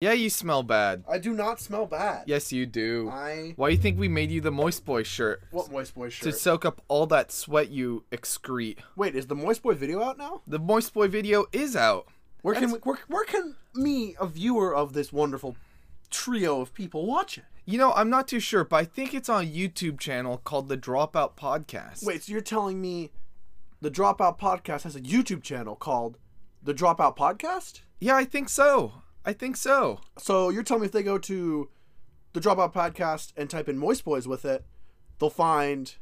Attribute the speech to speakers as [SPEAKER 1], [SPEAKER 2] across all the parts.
[SPEAKER 1] Yeah, you smell bad.
[SPEAKER 2] I do not smell bad.
[SPEAKER 1] Yes, you do.
[SPEAKER 2] I
[SPEAKER 1] Why do you think we made you the Moist Boy shirt?
[SPEAKER 2] what moist boy shirt?
[SPEAKER 1] To soak up all that sweat you excrete.
[SPEAKER 2] Wait, is the moist boy video out now?
[SPEAKER 1] The Moist Boy video is out.
[SPEAKER 2] Where can we, where, where can me, a viewer of this wonderful trio of people, watch it?
[SPEAKER 1] You know, I'm not too sure, but I think it's on a YouTube channel called the Dropout Podcast.
[SPEAKER 2] Wait, so you're telling me the Dropout Podcast has a YouTube channel called the Dropout Podcast?
[SPEAKER 1] Yeah, I think so. I think so.
[SPEAKER 2] So you're telling me if they go to the Dropout Podcast and type in Moist Boys with it, they'll find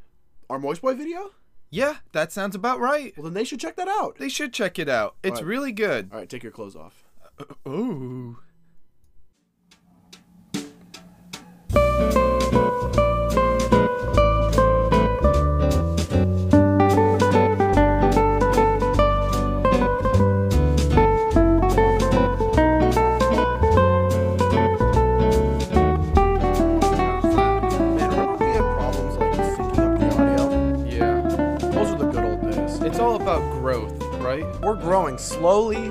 [SPEAKER 2] our Moist Boy video?
[SPEAKER 1] Yeah, that sounds about right.
[SPEAKER 2] Well, then they should check that out.
[SPEAKER 1] They should check it out. It's
[SPEAKER 2] Right.
[SPEAKER 1] really good.
[SPEAKER 2] All right, take your clothes off.
[SPEAKER 1] Ooh.
[SPEAKER 2] Man, remember when we had problems like syncing up the audio?
[SPEAKER 1] Yeah.
[SPEAKER 2] Those are the good old days.
[SPEAKER 1] It's all about growth, right?
[SPEAKER 2] We're growing slowly,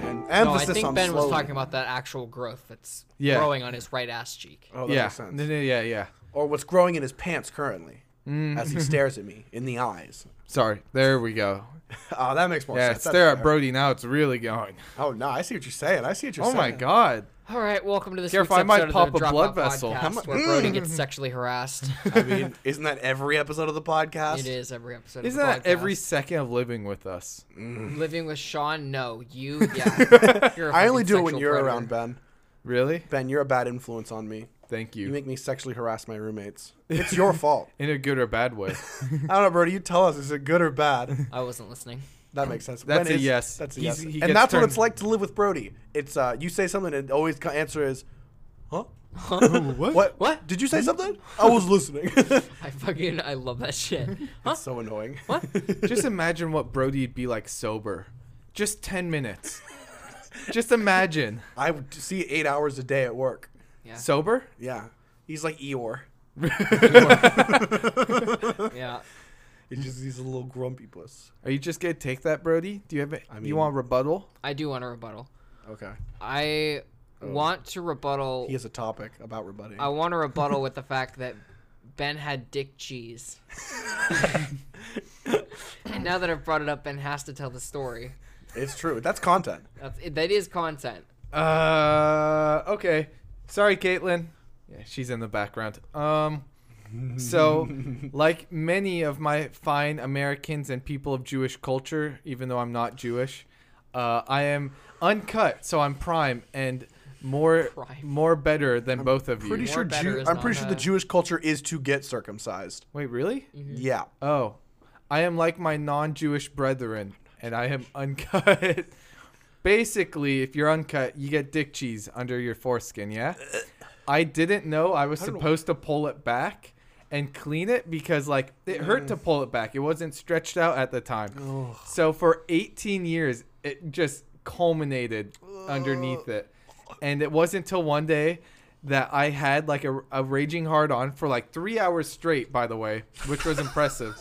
[SPEAKER 2] and emphasis
[SPEAKER 3] No, I think
[SPEAKER 2] on
[SPEAKER 3] Ben
[SPEAKER 2] slowly.
[SPEAKER 3] was talking about that actual growth that's
[SPEAKER 1] Yeah.
[SPEAKER 3] growing on his right ass cheek.
[SPEAKER 2] Oh, that
[SPEAKER 1] yeah.
[SPEAKER 2] makes sense.
[SPEAKER 1] N- n- Yeah, yeah.
[SPEAKER 2] Or what's growing in his pants currently, as he stares at me in the eyes.
[SPEAKER 1] Sorry. There we go.
[SPEAKER 2] Oh, that makes more
[SPEAKER 1] Yeah,
[SPEAKER 2] sense. That's
[SPEAKER 1] stare at
[SPEAKER 2] fair.
[SPEAKER 1] Brody now. It's really going.
[SPEAKER 2] Oh no, I see what you're saying. I see what you're
[SPEAKER 1] Oh
[SPEAKER 2] saying.
[SPEAKER 1] my God.
[SPEAKER 3] All right, welcome to this
[SPEAKER 1] Careful,
[SPEAKER 3] week's
[SPEAKER 1] I might
[SPEAKER 3] episode
[SPEAKER 1] pop
[SPEAKER 3] of the
[SPEAKER 1] a
[SPEAKER 3] Dropout
[SPEAKER 1] blood vessel.
[SPEAKER 3] Podcast,
[SPEAKER 1] How Mm.
[SPEAKER 2] mu-
[SPEAKER 3] where Brody gets sexually harassed.
[SPEAKER 2] I mean, isn't that every episode of the podcast?
[SPEAKER 3] it is every episode.
[SPEAKER 1] Isn't
[SPEAKER 3] of the
[SPEAKER 1] that
[SPEAKER 3] podcast.
[SPEAKER 1] every second of living with us?
[SPEAKER 3] living with Sean? No, you. Yeah, You're a
[SPEAKER 2] I only
[SPEAKER 3] fucking
[SPEAKER 2] do it when
[SPEAKER 3] sexual
[SPEAKER 2] you're
[SPEAKER 3] predator.
[SPEAKER 2] around, Ben.
[SPEAKER 1] Really?
[SPEAKER 2] Ben, you're a bad influence on me.
[SPEAKER 1] Thank
[SPEAKER 2] You
[SPEAKER 1] you.
[SPEAKER 2] make me sexually harass my roommates. It's your fault.
[SPEAKER 1] In a good or bad way.
[SPEAKER 2] I don't know, Brody. You tell us. Is it good or bad?
[SPEAKER 3] I wasn't listening.
[SPEAKER 2] That makes sense.
[SPEAKER 1] That's a
[SPEAKER 2] is-
[SPEAKER 1] yes.
[SPEAKER 2] That's a
[SPEAKER 1] He's-
[SPEAKER 2] yes.
[SPEAKER 1] he gets
[SPEAKER 2] and that's what
[SPEAKER 1] turned-
[SPEAKER 2] it's like to live with Brody. It's uh, you say something and always co- answer is, huh? Oh, What?
[SPEAKER 3] What?
[SPEAKER 2] Did you
[SPEAKER 1] Hmm?
[SPEAKER 2] say something? I was listening.
[SPEAKER 3] I fucking I love that shit. Huh?
[SPEAKER 2] That's so annoying.
[SPEAKER 3] What?
[SPEAKER 1] Just imagine what Brody'd be like sober. Just 10 minutes. Just imagine.
[SPEAKER 2] I would see eight hours a day at work.
[SPEAKER 3] Yeah.
[SPEAKER 1] Sober?
[SPEAKER 2] Yeah. He's like Eeyore.
[SPEAKER 3] yeah.
[SPEAKER 2] He's just he's a little grumpy puss.
[SPEAKER 1] Are you just going to take that, Brody? Do you have a,
[SPEAKER 2] mean-
[SPEAKER 1] you want a rebuttal?
[SPEAKER 3] I do want to rebuttal.
[SPEAKER 2] Okay.
[SPEAKER 3] I
[SPEAKER 1] Oh.
[SPEAKER 3] want to rebuttal.
[SPEAKER 2] He has a topic about rebutting.
[SPEAKER 3] I want to rebuttal with the fact that Ben had dick cheese. and now that I've brought it up, Ben has to tell the story.
[SPEAKER 2] It's true. That's content.
[SPEAKER 3] That's, that is content.
[SPEAKER 1] Uh, okay. Sorry, Caitlin. Yeah, she's in the background. Um, so, like many of my fine Americans and people of Jewish culture, even though I'm not Jewish, uh, I am uncut, so I'm prime and more
[SPEAKER 3] Prime.
[SPEAKER 1] more better than both of
[SPEAKER 2] Pretty
[SPEAKER 1] you.
[SPEAKER 2] sure
[SPEAKER 3] better
[SPEAKER 2] Jew-
[SPEAKER 3] is
[SPEAKER 2] I'm
[SPEAKER 3] not
[SPEAKER 2] pretty sure the
[SPEAKER 3] bad.
[SPEAKER 2] Jewish culture is to get circumcised.
[SPEAKER 1] Wait, really?
[SPEAKER 2] Yeah.
[SPEAKER 1] Oh, I am like my non-Jewish brethren, and I am uncut. Basically, if you're uncut, you get dick cheese under your foreskin. Yeah, I didn't know I was supposed to pull it back and clean it because like it hurt to pull it back. It wasn't stretched out at the time. So for 18 years, it just culminated underneath it, and it wasn't until one day. That I had like a, a raging hard on for like three hours straight, by the way, which was impressive.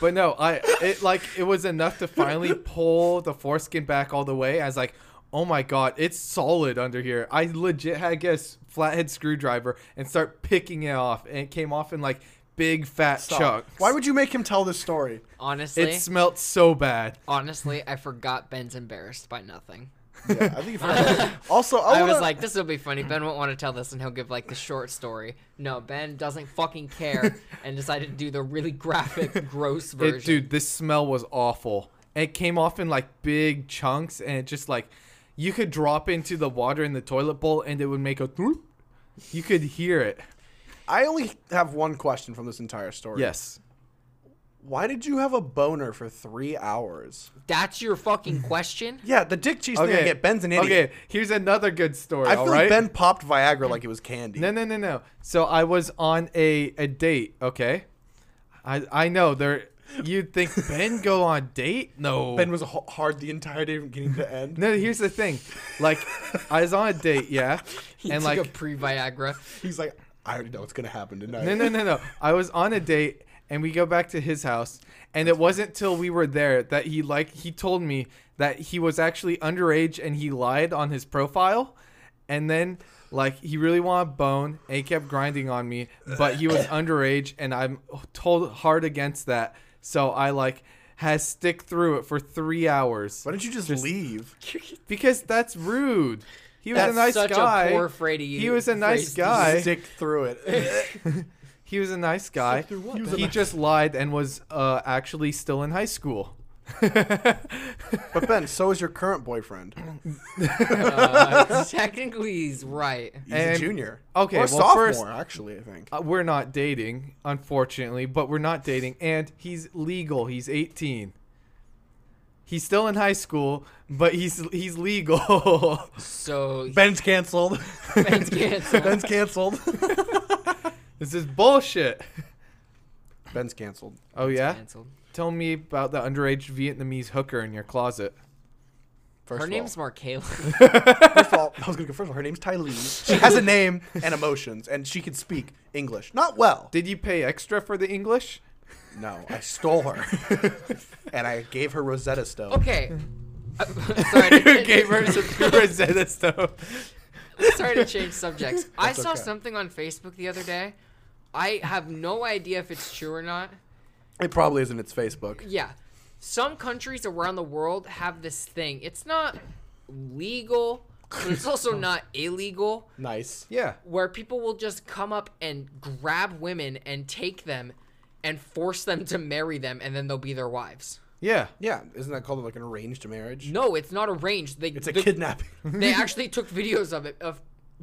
[SPEAKER 1] But no, I it like it was enough to finally pull the foreskin back all the way. I was like, oh my god, it's solid under here. I legit had to get a s- flathead screwdriver and start picking it off, and it came off in like big fat
[SPEAKER 2] Stop.
[SPEAKER 1] chunks.
[SPEAKER 2] Why would you make him tell this story?
[SPEAKER 3] Honestly,
[SPEAKER 1] it smelt so bad?
[SPEAKER 3] honestly, I forgot Ben's embarrassed by nothing.
[SPEAKER 2] Yeah, I think if also I,
[SPEAKER 3] I
[SPEAKER 2] wanna,
[SPEAKER 3] was like, this will be funny. Ben won't want to tell this, and he'll give like the short story. No, Ben doesn't fucking care, and decided to do the really graphic, gross version.
[SPEAKER 1] It, dude, this smell was awful. It came off in like big chunks, and it just like you could drop into the water in the toilet bowl, and it would make a. thwoop. You could hear it.
[SPEAKER 2] I only have one question from this entire story.
[SPEAKER 1] Yes.
[SPEAKER 2] Why did you have a boner for three hours?
[SPEAKER 3] that's your fucking question.
[SPEAKER 2] Yeah, the dick cheese thing I get. Ben's an idiot.
[SPEAKER 1] Okay, here's another good story.
[SPEAKER 2] I feel
[SPEAKER 1] all
[SPEAKER 2] like
[SPEAKER 1] right?
[SPEAKER 2] Ben popped Viagra like it was candy.
[SPEAKER 1] No, no, no, no. So I was on a a date. Okay, I I know there. You'd think Ben go on date? No.
[SPEAKER 2] Ben was h- hard the entire day from beginning to end.
[SPEAKER 1] no. Here's the thing, like I was on a date, yeah, and
[SPEAKER 3] It's
[SPEAKER 1] like
[SPEAKER 3] a pre Viagra.
[SPEAKER 2] He's like, I already know what's gonna happen tonight.
[SPEAKER 1] no, no, no, no. I was on a date and we go back to his house and it wasn't till we were there that he like he told me that he was actually underage and he lied on his profile and then like he really wanted bone and he kept grinding on me but he was underage and i'm told hard against that so i like has stick through it for three hours
[SPEAKER 2] Why don't you just, leave?
[SPEAKER 1] because that's rude he was
[SPEAKER 3] That's
[SPEAKER 1] a nice
[SPEAKER 3] such
[SPEAKER 1] guy
[SPEAKER 3] a poor phrase to use.
[SPEAKER 1] He was a nice
[SPEAKER 3] phrase to
[SPEAKER 1] guy.
[SPEAKER 3] use.
[SPEAKER 2] Stick through it.
[SPEAKER 1] he was a nice guy
[SPEAKER 3] through what,
[SPEAKER 1] he,
[SPEAKER 3] then?
[SPEAKER 1] just lied and was uh, actually still in high school Uh,
[SPEAKER 2] but Ben, so is your current boyfriend.
[SPEAKER 3] Uh, technically, he's right.
[SPEAKER 2] He's a
[SPEAKER 1] And-
[SPEAKER 2] junior.
[SPEAKER 1] okay,
[SPEAKER 2] or
[SPEAKER 1] well,
[SPEAKER 2] sophomore
[SPEAKER 1] first-
[SPEAKER 2] actually. I think.
[SPEAKER 1] Uh, we're not dating, unfortunately, but we're not dating, and he's legal. He's 18. He's still in high school, but he's he's legal.
[SPEAKER 3] So
[SPEAKER 2] Ben's canceled.
[SPEAKER 3] Ben's canceled.
[SPEAKER 2] Ben's canceled.
[SPEAKER 1] this is bullshit.
[SPEAKER 2] Ben's canceled.
[SPEAKER 1] Oh yeah,
[SPEAKER 3] canceled.
[SPEAKER 1] tell me about the underage Vietnamese hooker in your closet.
[SPEAKER 2] First
[SPEAKER 3] Her
[SPEAKER 2] of
[SPEAKER 3] name's
[SPEAKER 2] all.
[SPEAKER 3] Markayla.
[SPEAKER 2] First of all, I was gonna go first. Of all, her name's Tylee. She has a name and emotions, and she can speak English. Not well.
[SPEAKER 1] Did you pay extra for the English?
[SPEAKER 2] No, I stole her, and I gave her Rosetta Stone.
[SPEAKER 3] okay. Uh, sorry, to,
[SPEAKER 1] gave her some Rosetta Stone.
[SPEAKER 3] sorry to change subjects. I saw
[SPEAKER 2] okay.
[SPEAKER 3] something on Facebook the other day. I have no idea if it's true or not.
[SPEAKER 2] It probably isn't. It's Facebook.
[SPEAKER 3] Yeah. Some countries around the world have this thing. It's not legal, but it's also not illegal.
[SPEAKER 2] Nice.
[SPEAKER 1] Yeah,
[SPEAKER 3] where people will just come up and grab women and take them and force them to marry them and then they'll be their wives.
[SPEAKER 1] yeah.
[SPEAKER 2] Yeah, isn't that called like an arranged marriage?
[SPEAKER 3] No, it's not arranged. They
[SPEAKER 2] It's a
[SPEAKER 3] they,
[SPEAKER 2] kidnapping.
[SPEAKER 3] they actually took videos of it of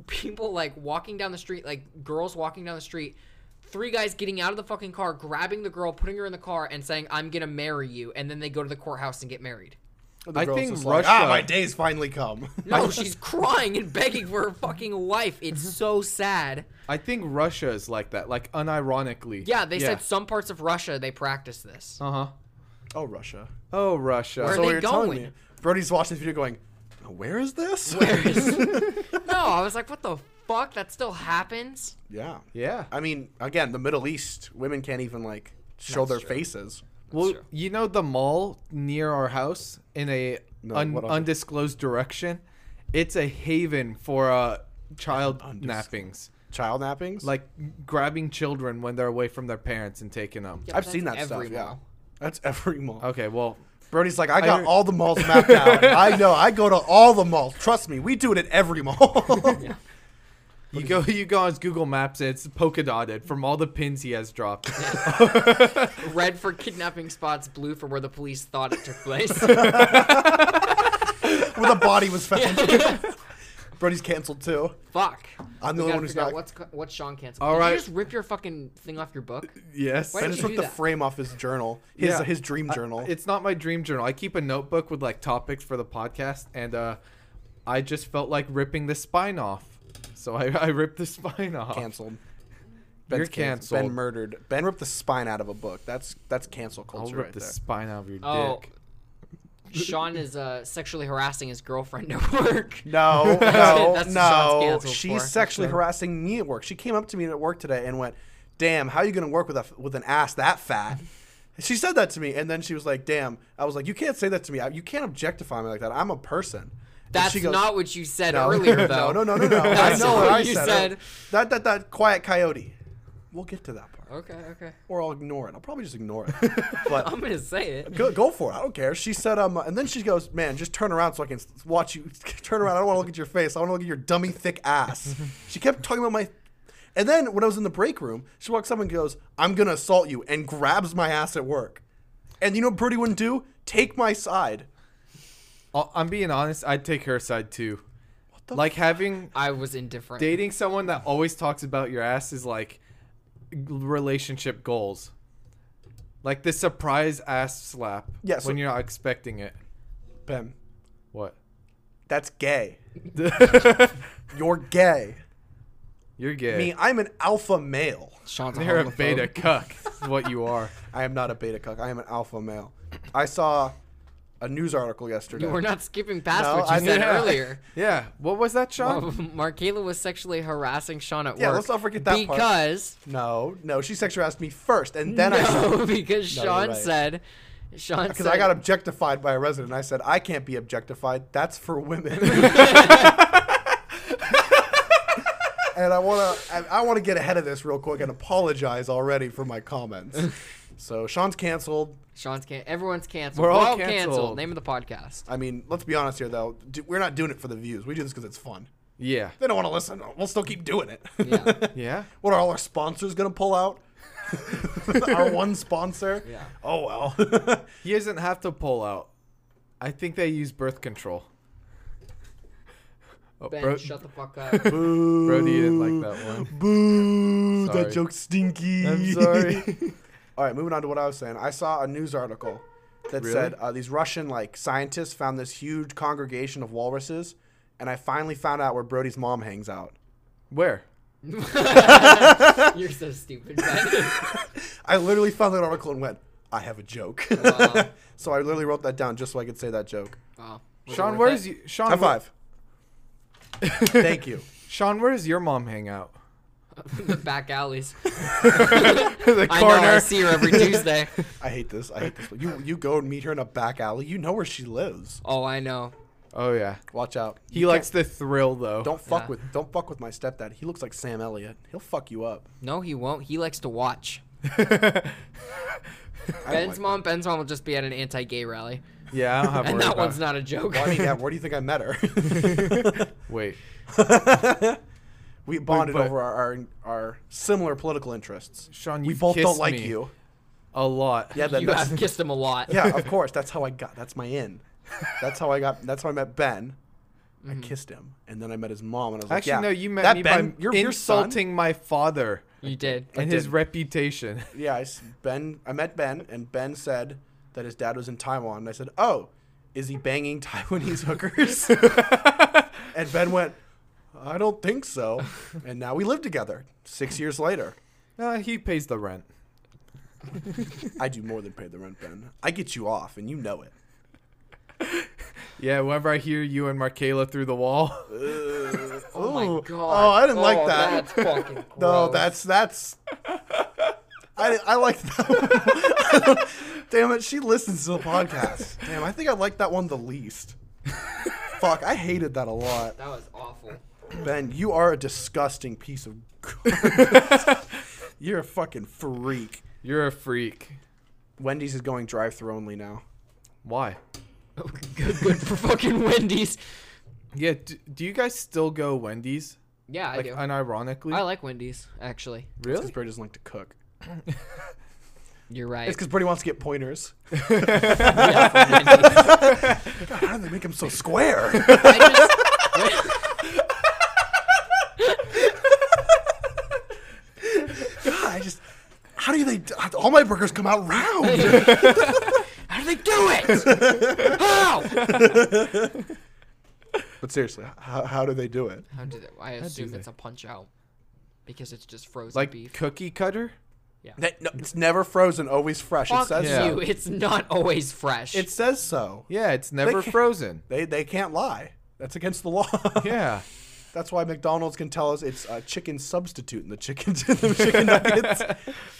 [SPEAKER 3] people like walking down the street, like girls walking down the street, three guys getting out of the fucking car, grabbing the girl, putting her in the car and saying I'm going to marry you and then they go to the courthouse and get married.
[SPEAKER 2] The
[SPEAKER 1] I
[SPEAKER 2] girl's
[SPEAKER 1] think
[SPEAKER 2] just
[SPEAKER 1] Russia-
[SPEAKER 2] ah, my day's finally come.
[SPEAKER 3] No, she's crying and begging for her fucking life. It's so sad.
[SPEAKER 1] I think Russia is like that, like unironically.
[SPEAKER 3] Yeah, they said some parts of Russia they practice this.
[SPEAKER 1] Uh huh.
[SPEAKER 2] Oh, Russia.
[SPEAKER 1] Oh, Russia.
[SPEAKER 3] Where
[SPEAKER 1] So-
[SPEAKER 3] they
[SPEAKER 2] what you're telling
[SPEAKER 3] going?
[SPEAKER 2] me- Brody's watching this video going, "Now, where is this?
[SPEAKER 3] Where is- no, I was like, what the fuck? That still happens?
[SPEAKER 2] yeah.
[SPEAKER 1] yeah.
[SPEAKER 2] I mean, again, the Middle East, women can't even like show
[SPEAKER 3] That's
[SPEAKER 2] their
[SPEAKER 3] true.
[SPEAKER 2] faces.
[SPEAKER 1] Well,
[SPEAKER 3] true.
[SPEAKER 1] you know the mall near our house in a
[SPEAKER 2] No,
[SPEAKER 1] un-
[SPEAKER 2] what other-
[SPEAKER 1] undisclosed direction. It's a haven for uh, child
[SPEAKER 2] Undis-
[SPEAKER 1] nappings,
[SPEAKER 2] Child nappings?
[SPEAKER 1] like grabbing children when they're away from their parents and taking them.
[SPEAKER 2] I've seen that
[SPEAKER 3] That's
[SPEAKER 2] stuff.
[SPEAKER 3] every
[SPEAKER 2] Yeah.
[SPEAKER 3] mall.
[SPEAKER 2] That's every mall.
[SPEAKER 1] Okay, well,
[SPEAKER 2] Brody's like, I got
[SPEAKER 1] heard-
[SPEAKER 2] all the malls mapped out. I know. I go to all the malls. Trust me, we do it at every mall.
[SPEAKER 1] you go you go on his Google Maps and it's polka dotted from all the pins he has dropped.
[SPEAKER 3] Red for kidnapping spots, blue for where the police thought it took place.
[SPEAKER 2] Where the body was found. Brody's canceled too.
[SPEAKER 3] Fuck.
[SPEAKER 2] I'm the only
[SPEAKER 3] We gotta
[SPEAKER 2] one who's
[SPEAKER 3] figure out
[SPEAKER 2] not.
[SPEAKER 3] What's co- what's Sean canceled?
[SPEAKER 1] All
[SPEAKER 3] Did
[SPEAKER 1] right.
[SPEAKER 3] you just rip your fucking thing off your book?
[SPEAKER 1] yes.
[SPEAKER 3] Why
[SPEAKER 2] I
[SPEAKER 3] did
[SPEAKER 2] just
[SPEAKER 3] you
[SPEAKER 2] took
[SPEAKER 3] do
[SPEAKER 2] the
[SPEAKER 3] that?
[SPEAKER 2] frame off his journal. His
[SPEAKER 1] Yeah.
[SPEAKER 2] his dream
[SPEAKER 1] I-
[SPEAKER 2] journal.
[SPEAKER 1] it's not my dream journal. I keep a notebook with like topics for the podcast, and uh, I just felt like ripping the spine off, so I, I ripped the spine off.
[SPEAKER 2] canceled.
[SPEAKER 1] You're
[SPEAKER 2] Ben
[SPEAKER 1] canceled.
[SPEAKER 2] murdered. Ben ripped the spine out of a book. That's that's cancel
[SPEAKER 1] I'll
[SPEAKER 2] culture
[SPEAKER 1] rip
[SPEAKER 2] right
[SPEAKER 1] the
[SPEAKER 2] there.
[SPEAKER 1] spine out of your
[SPEAKER 3] Oh.
[SPEAKER 1] dick.
[SPEAKER 3] Sean is uh, sexually harassing his girlfriend at work.
[SPEAKER 2] no,
[SPEAKER 3] That's
[SPEAKER 2] no,
[SPEAKER 3] what Sean's
[SPEAKER 2] no.
[SPEAKER 3] canceled
[SPEAKER 2] She's
[SPEAKER 3] for.
[SPEAKER 2] sexually harassing me at work. She came up to me at work today and went, "Damn, how you gonna work with a with an ass that fat?" She said that to me, and then she was like, "Damn." I was like, "You can't say that to me. I- You can't objectify me like that. I'm a person." And
[SPEAKER 3] That's
[SPEAKER 2] she goes,
[SPEAKER 3] not what you said
[SPEAKER 2] no,
[SPEAKER 3] earlier, though.
[SPEAKER 2] No, no, no, no, no. I
[SPEAKER 3] That's
[SPEAKER 2] know what
[SPEAKER 3] what
[SPEAKER 2] I
[SPEAKER 3] you
[SPEAKER 2] said.
[SPEAKER 3] said.
[SPEAKER 2] That that that quiet coyote. We'll get to that part.
[SPEAKER 3] Okay, okay.
[SPEAKER 2] or I'll ignore it. I'll probably just ignore it. But
[SPEAKER 3] I'm gonna say it.
[SPEAKER 2] go, go for it. I don't care. She said, um, and then she goes, man, just turn around so I can s- watch you. turn around. I don't want to look at your face. I want to look at your dummy thick ass. she kept talking about my. And then when I was in the break room, she walks up and goes, I'm gonna assault you, and grabs my ass at work. And you know what Brody wouldn't do? Take my side.
[SPEAKER 1] I'll- I'm being honest. I'd take her side too.
[SPEAKER 2] the
[SPEAKER 1] like having
[SPEAKER 3] I was indifferent.
[SPEAKER 1] dating someone that always talks about your ass is like relationship goals. Like the surprise ass slap.
[SPEAKER 2] Yeah, so-
[SPEAKER 1] when you're not expecting it.
[SPEAKER 2] Ben,
[SPEAKER 1] What?
[SPEAKER 2] that's gay. You're gay.
[SPEAKER 1] you're gay.
[SPEAKER 2] Me, I'm an alpha male.
[SPEAKER 3] Sean's a
[SPEAKER 1] you're a
[SPEAKER 3] homophobe.
[SPEAKER 1] beta cuck. is what you are.
[SPEAKER 2] I am not a beta cuck. I am an alpha male. I saw a news article yesterday.
[SPEAKER 3] You were not skipping past
[SPEAKER 2] No,
[SPEAKER 3] what you
[SPEAKER 2] I
[SPEAKER 3] said
[SPEAKER 2] knew-
[SPEAKER 1] Yeah.
[SPEAKER 3] earlier. Oh,
[SPEAKER 1] Yeah. What was that, Sean?
[SPEAKER 3] Markayla was sexually harassing Sean at
[SPEAKER 2] Yeah,
[SPEAKER 3] work.
[SPEAKER 2] let's not forget that part.
[SPEAKER 3] because
[SPEAKER 2] no, no, she sexually asked me first, and then I said,
[SPEAKER 3] no, because
[SPEAKER 2] No, you're
[SPEAKER 3] Sean
[SPEAKER 2] right.
[SPEAKER 3] said, Sean
[SPEAKER 2] because
[SPEAKER 3] said,
[SPEAKER 2] I got objectified by a resident. I said, I can't be objectified. That's for women. and I want to, I, I want to get ahead of this real quick and apologize already for my comments. so Sean's canceled.
[SPEAKER 3] Sean's can everyone's canceled.
[SPEAKER 1] We're all
[SPEAKER 3] canceled.
[SPEAKER 1] canceled. Uh,
[SPEAKER 3] Name of the podcast.
[SPEAKER 2] I mean, let's be honest here, though. D- We're not doing it for the views. We do this because it's fun.
[SPEAKER 1] Yeah.
[SPEAKER 2] If they don't want to listen. We'll still keep doing it.
[SPEAKER 3] Yeah.
[SPEAKER 1] Yeah.
[SPEAKER 2] what are all our sponsors going to pull out? our one sponsor.
[SPEAKER 3] Yeah.
[SPEAKER 2] Oh well.
[SPEAKER 1] He doesn't have to pull out. I think they use birth control. Oh,
[SPEAKER 3] Ben,
[SPEAKER 1] Bro-
[SPEAKER 3] shut the fuck up.
[SPEAKER 2] Boo.
[SPEAKER 1] Brody didn't like that one.
[SPEAKER 2] Boo!
[SPEAKER 1] Sorry.
[SPEAKER 2] That joke's stinky.
[SPEAKER 1] I'm sorry.
[SPEAKER 2] All right, moving on to what I was saying. I saw a news article that
[SPEAKER 1] Really?
[SPEAKER 2] said uh, these Russian like scientists found this huge congregation of walruses, and I finally found out where Brody's mom hangs out.
[SPEAKER 1] Where?
[SPEAKER 3] You're so stupid. Ben.
[SPEAKER 2] I literally found that article and went, "I have a joke."
[SPEAKER 3] Wow.
[SPEAKER 2] so I literally wrote that down just so I could say that joke.
[SPEAKER 3] Wow. Was it
[SPEAKER 1] Sean,
[SPEAKER 3] worth
[SPEAKER 1] where's
[SPEAKER 3] it?
[SPEAKER 1] you? Sean,
[SPEAKER 2] High
[SPEAKER 1] where-
[SPEAKER 2] five. Thank you.
[SPEAKER 1] Sean, where does your mom hang out?
[SPEAKER 3] the back alleys?
[SPEAKER 1] the
[SPEAKER 3] I know. I see her every Tuesday.
[SPEAKER 2] I hate this. I hate this. You you go and meet her in a back alley. You know where she lives.
[SPEAKER 3] Oh, I know.
[SPEAKER 1] Oh yeah.
[SPEAKER 2] Watch out.
[SPEAKER 1] He
[SPEAKER 2] You can't-
[SPEAKER 1] likes the thrill though.
[SPEAKER 2] Don't fuck
[SPEAKER 3] Yeah.
[SPEAKER 2] with don't fuck with my stepdad. He looks like Sam Elliott. He'll fuck you up.
[SPEAKER 3] No, he won't. He likes to watch.
[SPEAKER 2] I don't
[SPEAKER 3] Ben's
[SPEAKER 2] like
[SPEAKER 3] mom. Ben's mom will just be at an anti-gay rally,
[SPEAKER 1] yeah, I don't have.
[SPEAKER 3] and
[SPEAKER 1] worry
[SPEAKER 3] that
[SPEAKER 1] about
[SPEAKER 3] one's
[SPEAKER 1] it.
[SPEAKER 3] not a joke.
[SPEAKER 2] Well, I mean, yeah, where do you think I met her?
[SPEAKER 1] Wait.
[SPEAKER 2] we bonded
[SPEAKER 1] but-
[SPEAKER 2] over our, our our similar political interests.
[SPEAKER 1] Sean,
[SPEAKER 2] we
[SPEAKER 1] you've
[SPEAKER 2] both don't
[SPEAKER 1] kissed
[SPEAKER 2] like
[SPEAKER 1] me.
[SPEAKER 2] you.
[SPEAKER 1] A lot.
[SPEAKER 2] Yeah, that,
[SPEAKER 3] you
[SPEAKER 2] that's,
[SPEAKER 3] have kissed him a lot.
[SPEAKER 2] yeah, of course. That's how I got. That's my in. That's how I got. That's how I met Ben. I
[SPEAKER 3] Mm-hmm.
[SPEAKER 2] kissed him, and then I met his mom, and I was
[SPEAKER 1] Actually,
[SPEAKER 2] like,
[SPEAKER 1] no.
[SPEAKER 2] yeah,
[SPEAKER 1] You met
[SPEAKER 2] that
[SPEAKER 1] me
[SPEAKER 2] ben,
[SPEAKER 1] by
[SPEAKER 2] your, your son-
[SPEAKER 1] insulting my father
[SPEAKER 3] You did.
[SPEAKER 1] and
[SPEAKER 2] did.
[SPEAKER 1] his reputation.
[SPEAKER 2] yeah, I, s- Ben. I met Ben, and Ben said that his dad was in Taiwan. And I said, "Oh, is he banging Taiwanese hookers?" and Ben went, "I don't think so." And now we live together. Six years later,
[SPEAKER 1] Uh, he pays the rent.
[SPEAKER 2] I do more than pay the rent, Ben. I get you off, and you know it.
[SPEAKER 1] Yeah, whenever I hear you and Markayla through the wall,
[SPEAKER 3] Oh my
[SPEAKER 2] Ooh.
[SPEAKER 3] god.
[SPEAKER 2] Oh, I didn't like
[SPEAKER 3] Oh,
[SPEAKER 2] that.
[SPEAKER 3] That's fucking gross.
[SPEAKER 2] No, that's that's. I I like that. One. Damn it, she listens to the podcast. Damn, I think I like that one the least. Fuck, I hated that a lot.
[SPEAKER 3] that was awful.
[SPEAKER 2] Ben, you are a disgusting piece of. You're a fucking freak.
[SPEAKER 1] you're a freak.
[SPEAKER 2] Wendy's is going drive-through only now.
[SPEAKER 1] Why?
[SPEAKER 3] good, good for fucking Wendy's.
[SPEAKER 1] Yeah. Do, do you guys still go Wendy's?
[SPEAKER 3] Yeah, I
[SPEAKER 1] Like
[SPEAKER 3] do.
[SPEAKER 1] unironically.
[SPEAKER 3] I like Wendy's actually.
[SPEAKER 2] Because
[SPEAKER 1] really?
[SPEAKER 2] Brady doesn't like to cook.
[SPEAKER 3] You're
[SPEAKER 2] It's
[SPEAKER 3] right.
[SPEAKER 2] because Brady wants to get pointers.
[SPEAKER 3] Yeah,
[SPEAKER 2] God, how do they make him so square?
[SPEAKER 3] I just,
[SPEAKER 2] God, I just. How do they? All my burgers come out round.
[SPEAKER 3] how do they do it? How?
[SPEAKER 2] But seriously, how, how do they do it?
[SPEAKER 3] How do they, I assume
[SPEAKER 1] they?
[SPEAKER 3] it's a punch out because it's just frozen
[SPEAKER 1] Like
[SPEAKER 3] beef.
[SPEAKER 1] cookie cutter?
[SPEAKER 2] That, no, it's never frozen, always fresh.
[SPEAKER 3] Fuck
[SPEAKER 2] it says
[SPEAKER 1] Yeah.
[SPEAKER 3] you.
[SPEAKER 2] so.
[SPEAKER 3] It's not always fresh.
[SPEAKER 2] It says so.
[SPEAKER 1] Yeah, it's never
[SPEAKER 2] can't-
[SPEAKER 1] frozen.
[SPEAKER 2] They they can't lie. That's against the law.
[SPEAKER 1] Yeah.
[SPEAKER 2] That's why McDonald's can tell us it's a chicken substitute in the chickens in the chicken nuggets,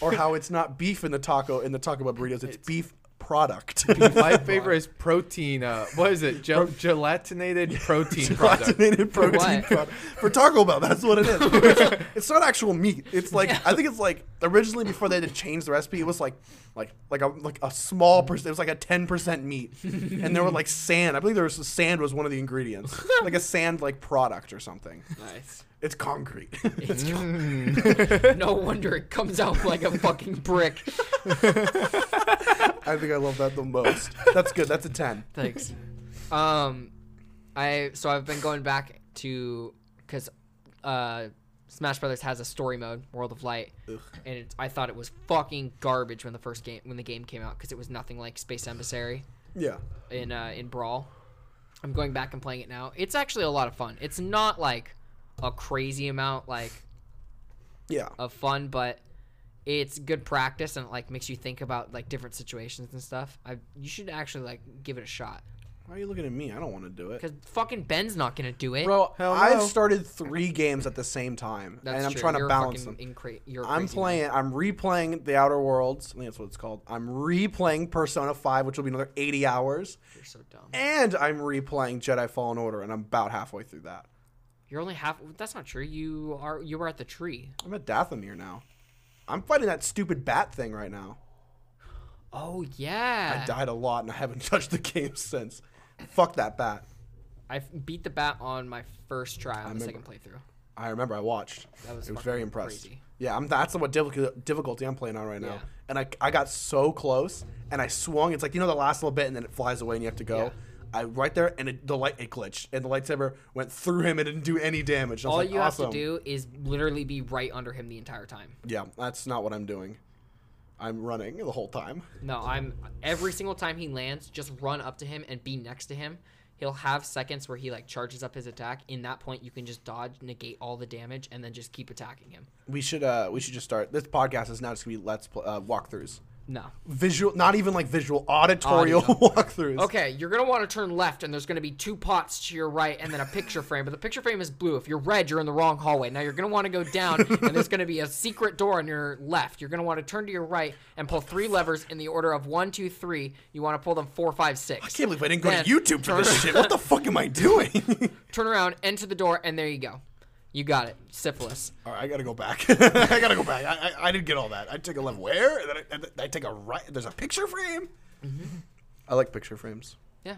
[SPEAKER 2] or how it's not beef in the taco in the Taco Bell burritos. It's, beef product.
[SPEAKER 1] My favorite is protein. Uh, what is it? Gel- gelatinated protein product.
[SPEAKER 2] Gelatininated protein
[SPEAKER 3] what?
[SPEAKER 2] product for Taco Bell. That's what it is. It's, it's not actual meat. It's like I think it's like originally before they had to change the recipe, it was like like like a like a small percent. It was like a ten percent meat, and there were like sand. I believe there was sand was one of the ingredients, like a sand like product or something.
[SPEAKER 3] nice.
[SPEAKER 2] It's concrete.
[SPEAKER 3] It's no wonder it comes out like a fucking brick.
[SPEAKER 2] I think I love that the most. That's good. That's a ten.
[SPEAKER 3] Thanks. Um, I so I've been going back to because uh, Smash Brothers has a story mode, World of Light, and it, I thought it was fucking garbage when the first game when the game came out because it was nothing like Space Emissary
[SPEAKER 2] Yeah.
[SPEAKER 3] in uh, in Brawl. I'm going back and playing it now. It's actually a lot of fun. It's not like a crazy amount like
[SPEAKER 2] Yeah.
[SPEAKER 3] of fun, but it's good practice and it like makes you think about like different situations and stuff. I you should actually like give it a shot
[SPEAKER 2] Why are you looking at me? I don't want to do it.
[SPEAKER 3] because fucking Ben's not gonna do it.
[SPEAKER 2] Bro,
[SPEAKER 1] Hell
[SPEAKER 2] I've
[SPEAKER 1] no.
[SPEAKER 2] started three games at the same time,
[SPEAKER 3] That's
[SPEAKER 2] and I'm
[SPEAKER 3] true.
[SPEAKER 2] trying to
[SPEAKER 3] You're a
[SPEAKER 2] balance them.
[SPEAKER 3] fucking incre- you're a
[SPEAKER 2] I'm
[SPEAKER 3] crazy
[SPEAKER 2] playing. I'm replaying The Outer Worlds. I think that's what it's called. I'm replaying Persona Five, which will be another 80 hours,
[SPEAKER 3] man. You're so dumb.
[SPEAKER 2] and I'm replaying Jedi Fallen Order, and I'm about halfway through that.
[SPEAKER 3] You're only half. That's not true. You are. You were at the tree.
[SPEAKER 2] I'm at Dathomir now. I'm fighting that stupid bat thing right now.
[SPEAKER 3] Oh yeah.
[SPEAKER 2] I died a lot, and I haven't touched the game since. Fuck that bat.
[SPEAKER 3] I f- beat the bat on my first try on the second playthrough.
[SPEAKER 2] I remember I watched.
[SPEAKER 3] That was
[SPEAKER 2] it was
[SPEAKER 3] fucking
[SPEAKER 2] very impressed.
[SPEAKER 3] crazy.
[SPEAKER 2] Yeah, I'm, that's what difficul- difficulty I'm playing on right now.
[SPEAKER 3] Yeah.
[SPEAKER 2] And I, I got so close, and I swung. It's like you know the last little bit, and then it flies away, and you have to go.
[SPEAKER 3] Yeah.
[SPEAKER 2] I right there, and it, the light it glitched, and the lightsaber went through him. It didn't do any damage. I was
[SPEAKER 3] All
[SPEAKER 2] like,
[SPEAKER 3] you
[SPEAKER 2] awesome.
[SPEAKER 3] have to do is literally be right under him the entire time.
[SPEAKER 2] Yeah, that's not what I'm doing. I'm running the whole time.
[SPEAKER 3] No, I'm every single time he lands, just run up to him and be next to him. He'll have seconds where he like charges up his attack. In that point, you can just dodge, negate all the damage, and then just keep attacking him.
[SPEAKER 2] We should uh we should just start. This podcast is now just gonna be let's pl- uh, walkthroughs.
[SPEAKER 3] No.
[SPEAKER 2] Visual, not even like visual, auditorial
[SPEAKER 3] Audio.
[SPEAKER 2] walkthroughs.
[SPEAKER 3] Okay, you're gonna want to turn left, and there's gonna be two pots to your right, and then a picture frame. But the picture frame is blue. If you're red, you're in the wrong hallway. Now you're gonna want to go down, and there's gonna be a secret door on your left. You're gonna want to turn to your right and pull three levers in the order of one, two, three. You want to pull them four, five, six.
[SPEAKER 2] I can't believe I didn't go
[SPEAKER 3] Then
[SPEAKER 2] to YouTube for this shit. What the fuck am I doing?
[SPEAKER 3] turn around, enter the door, and there you go. You got it. Syphilis.
[SPEAKER 2] All right, I gotta go back. I gotta go back. I, I, I didn't get all that. I took a left where, and then I, and then I take a right. There's a picture frame. I like picture frames.
[SPEAKER 3] Yeah.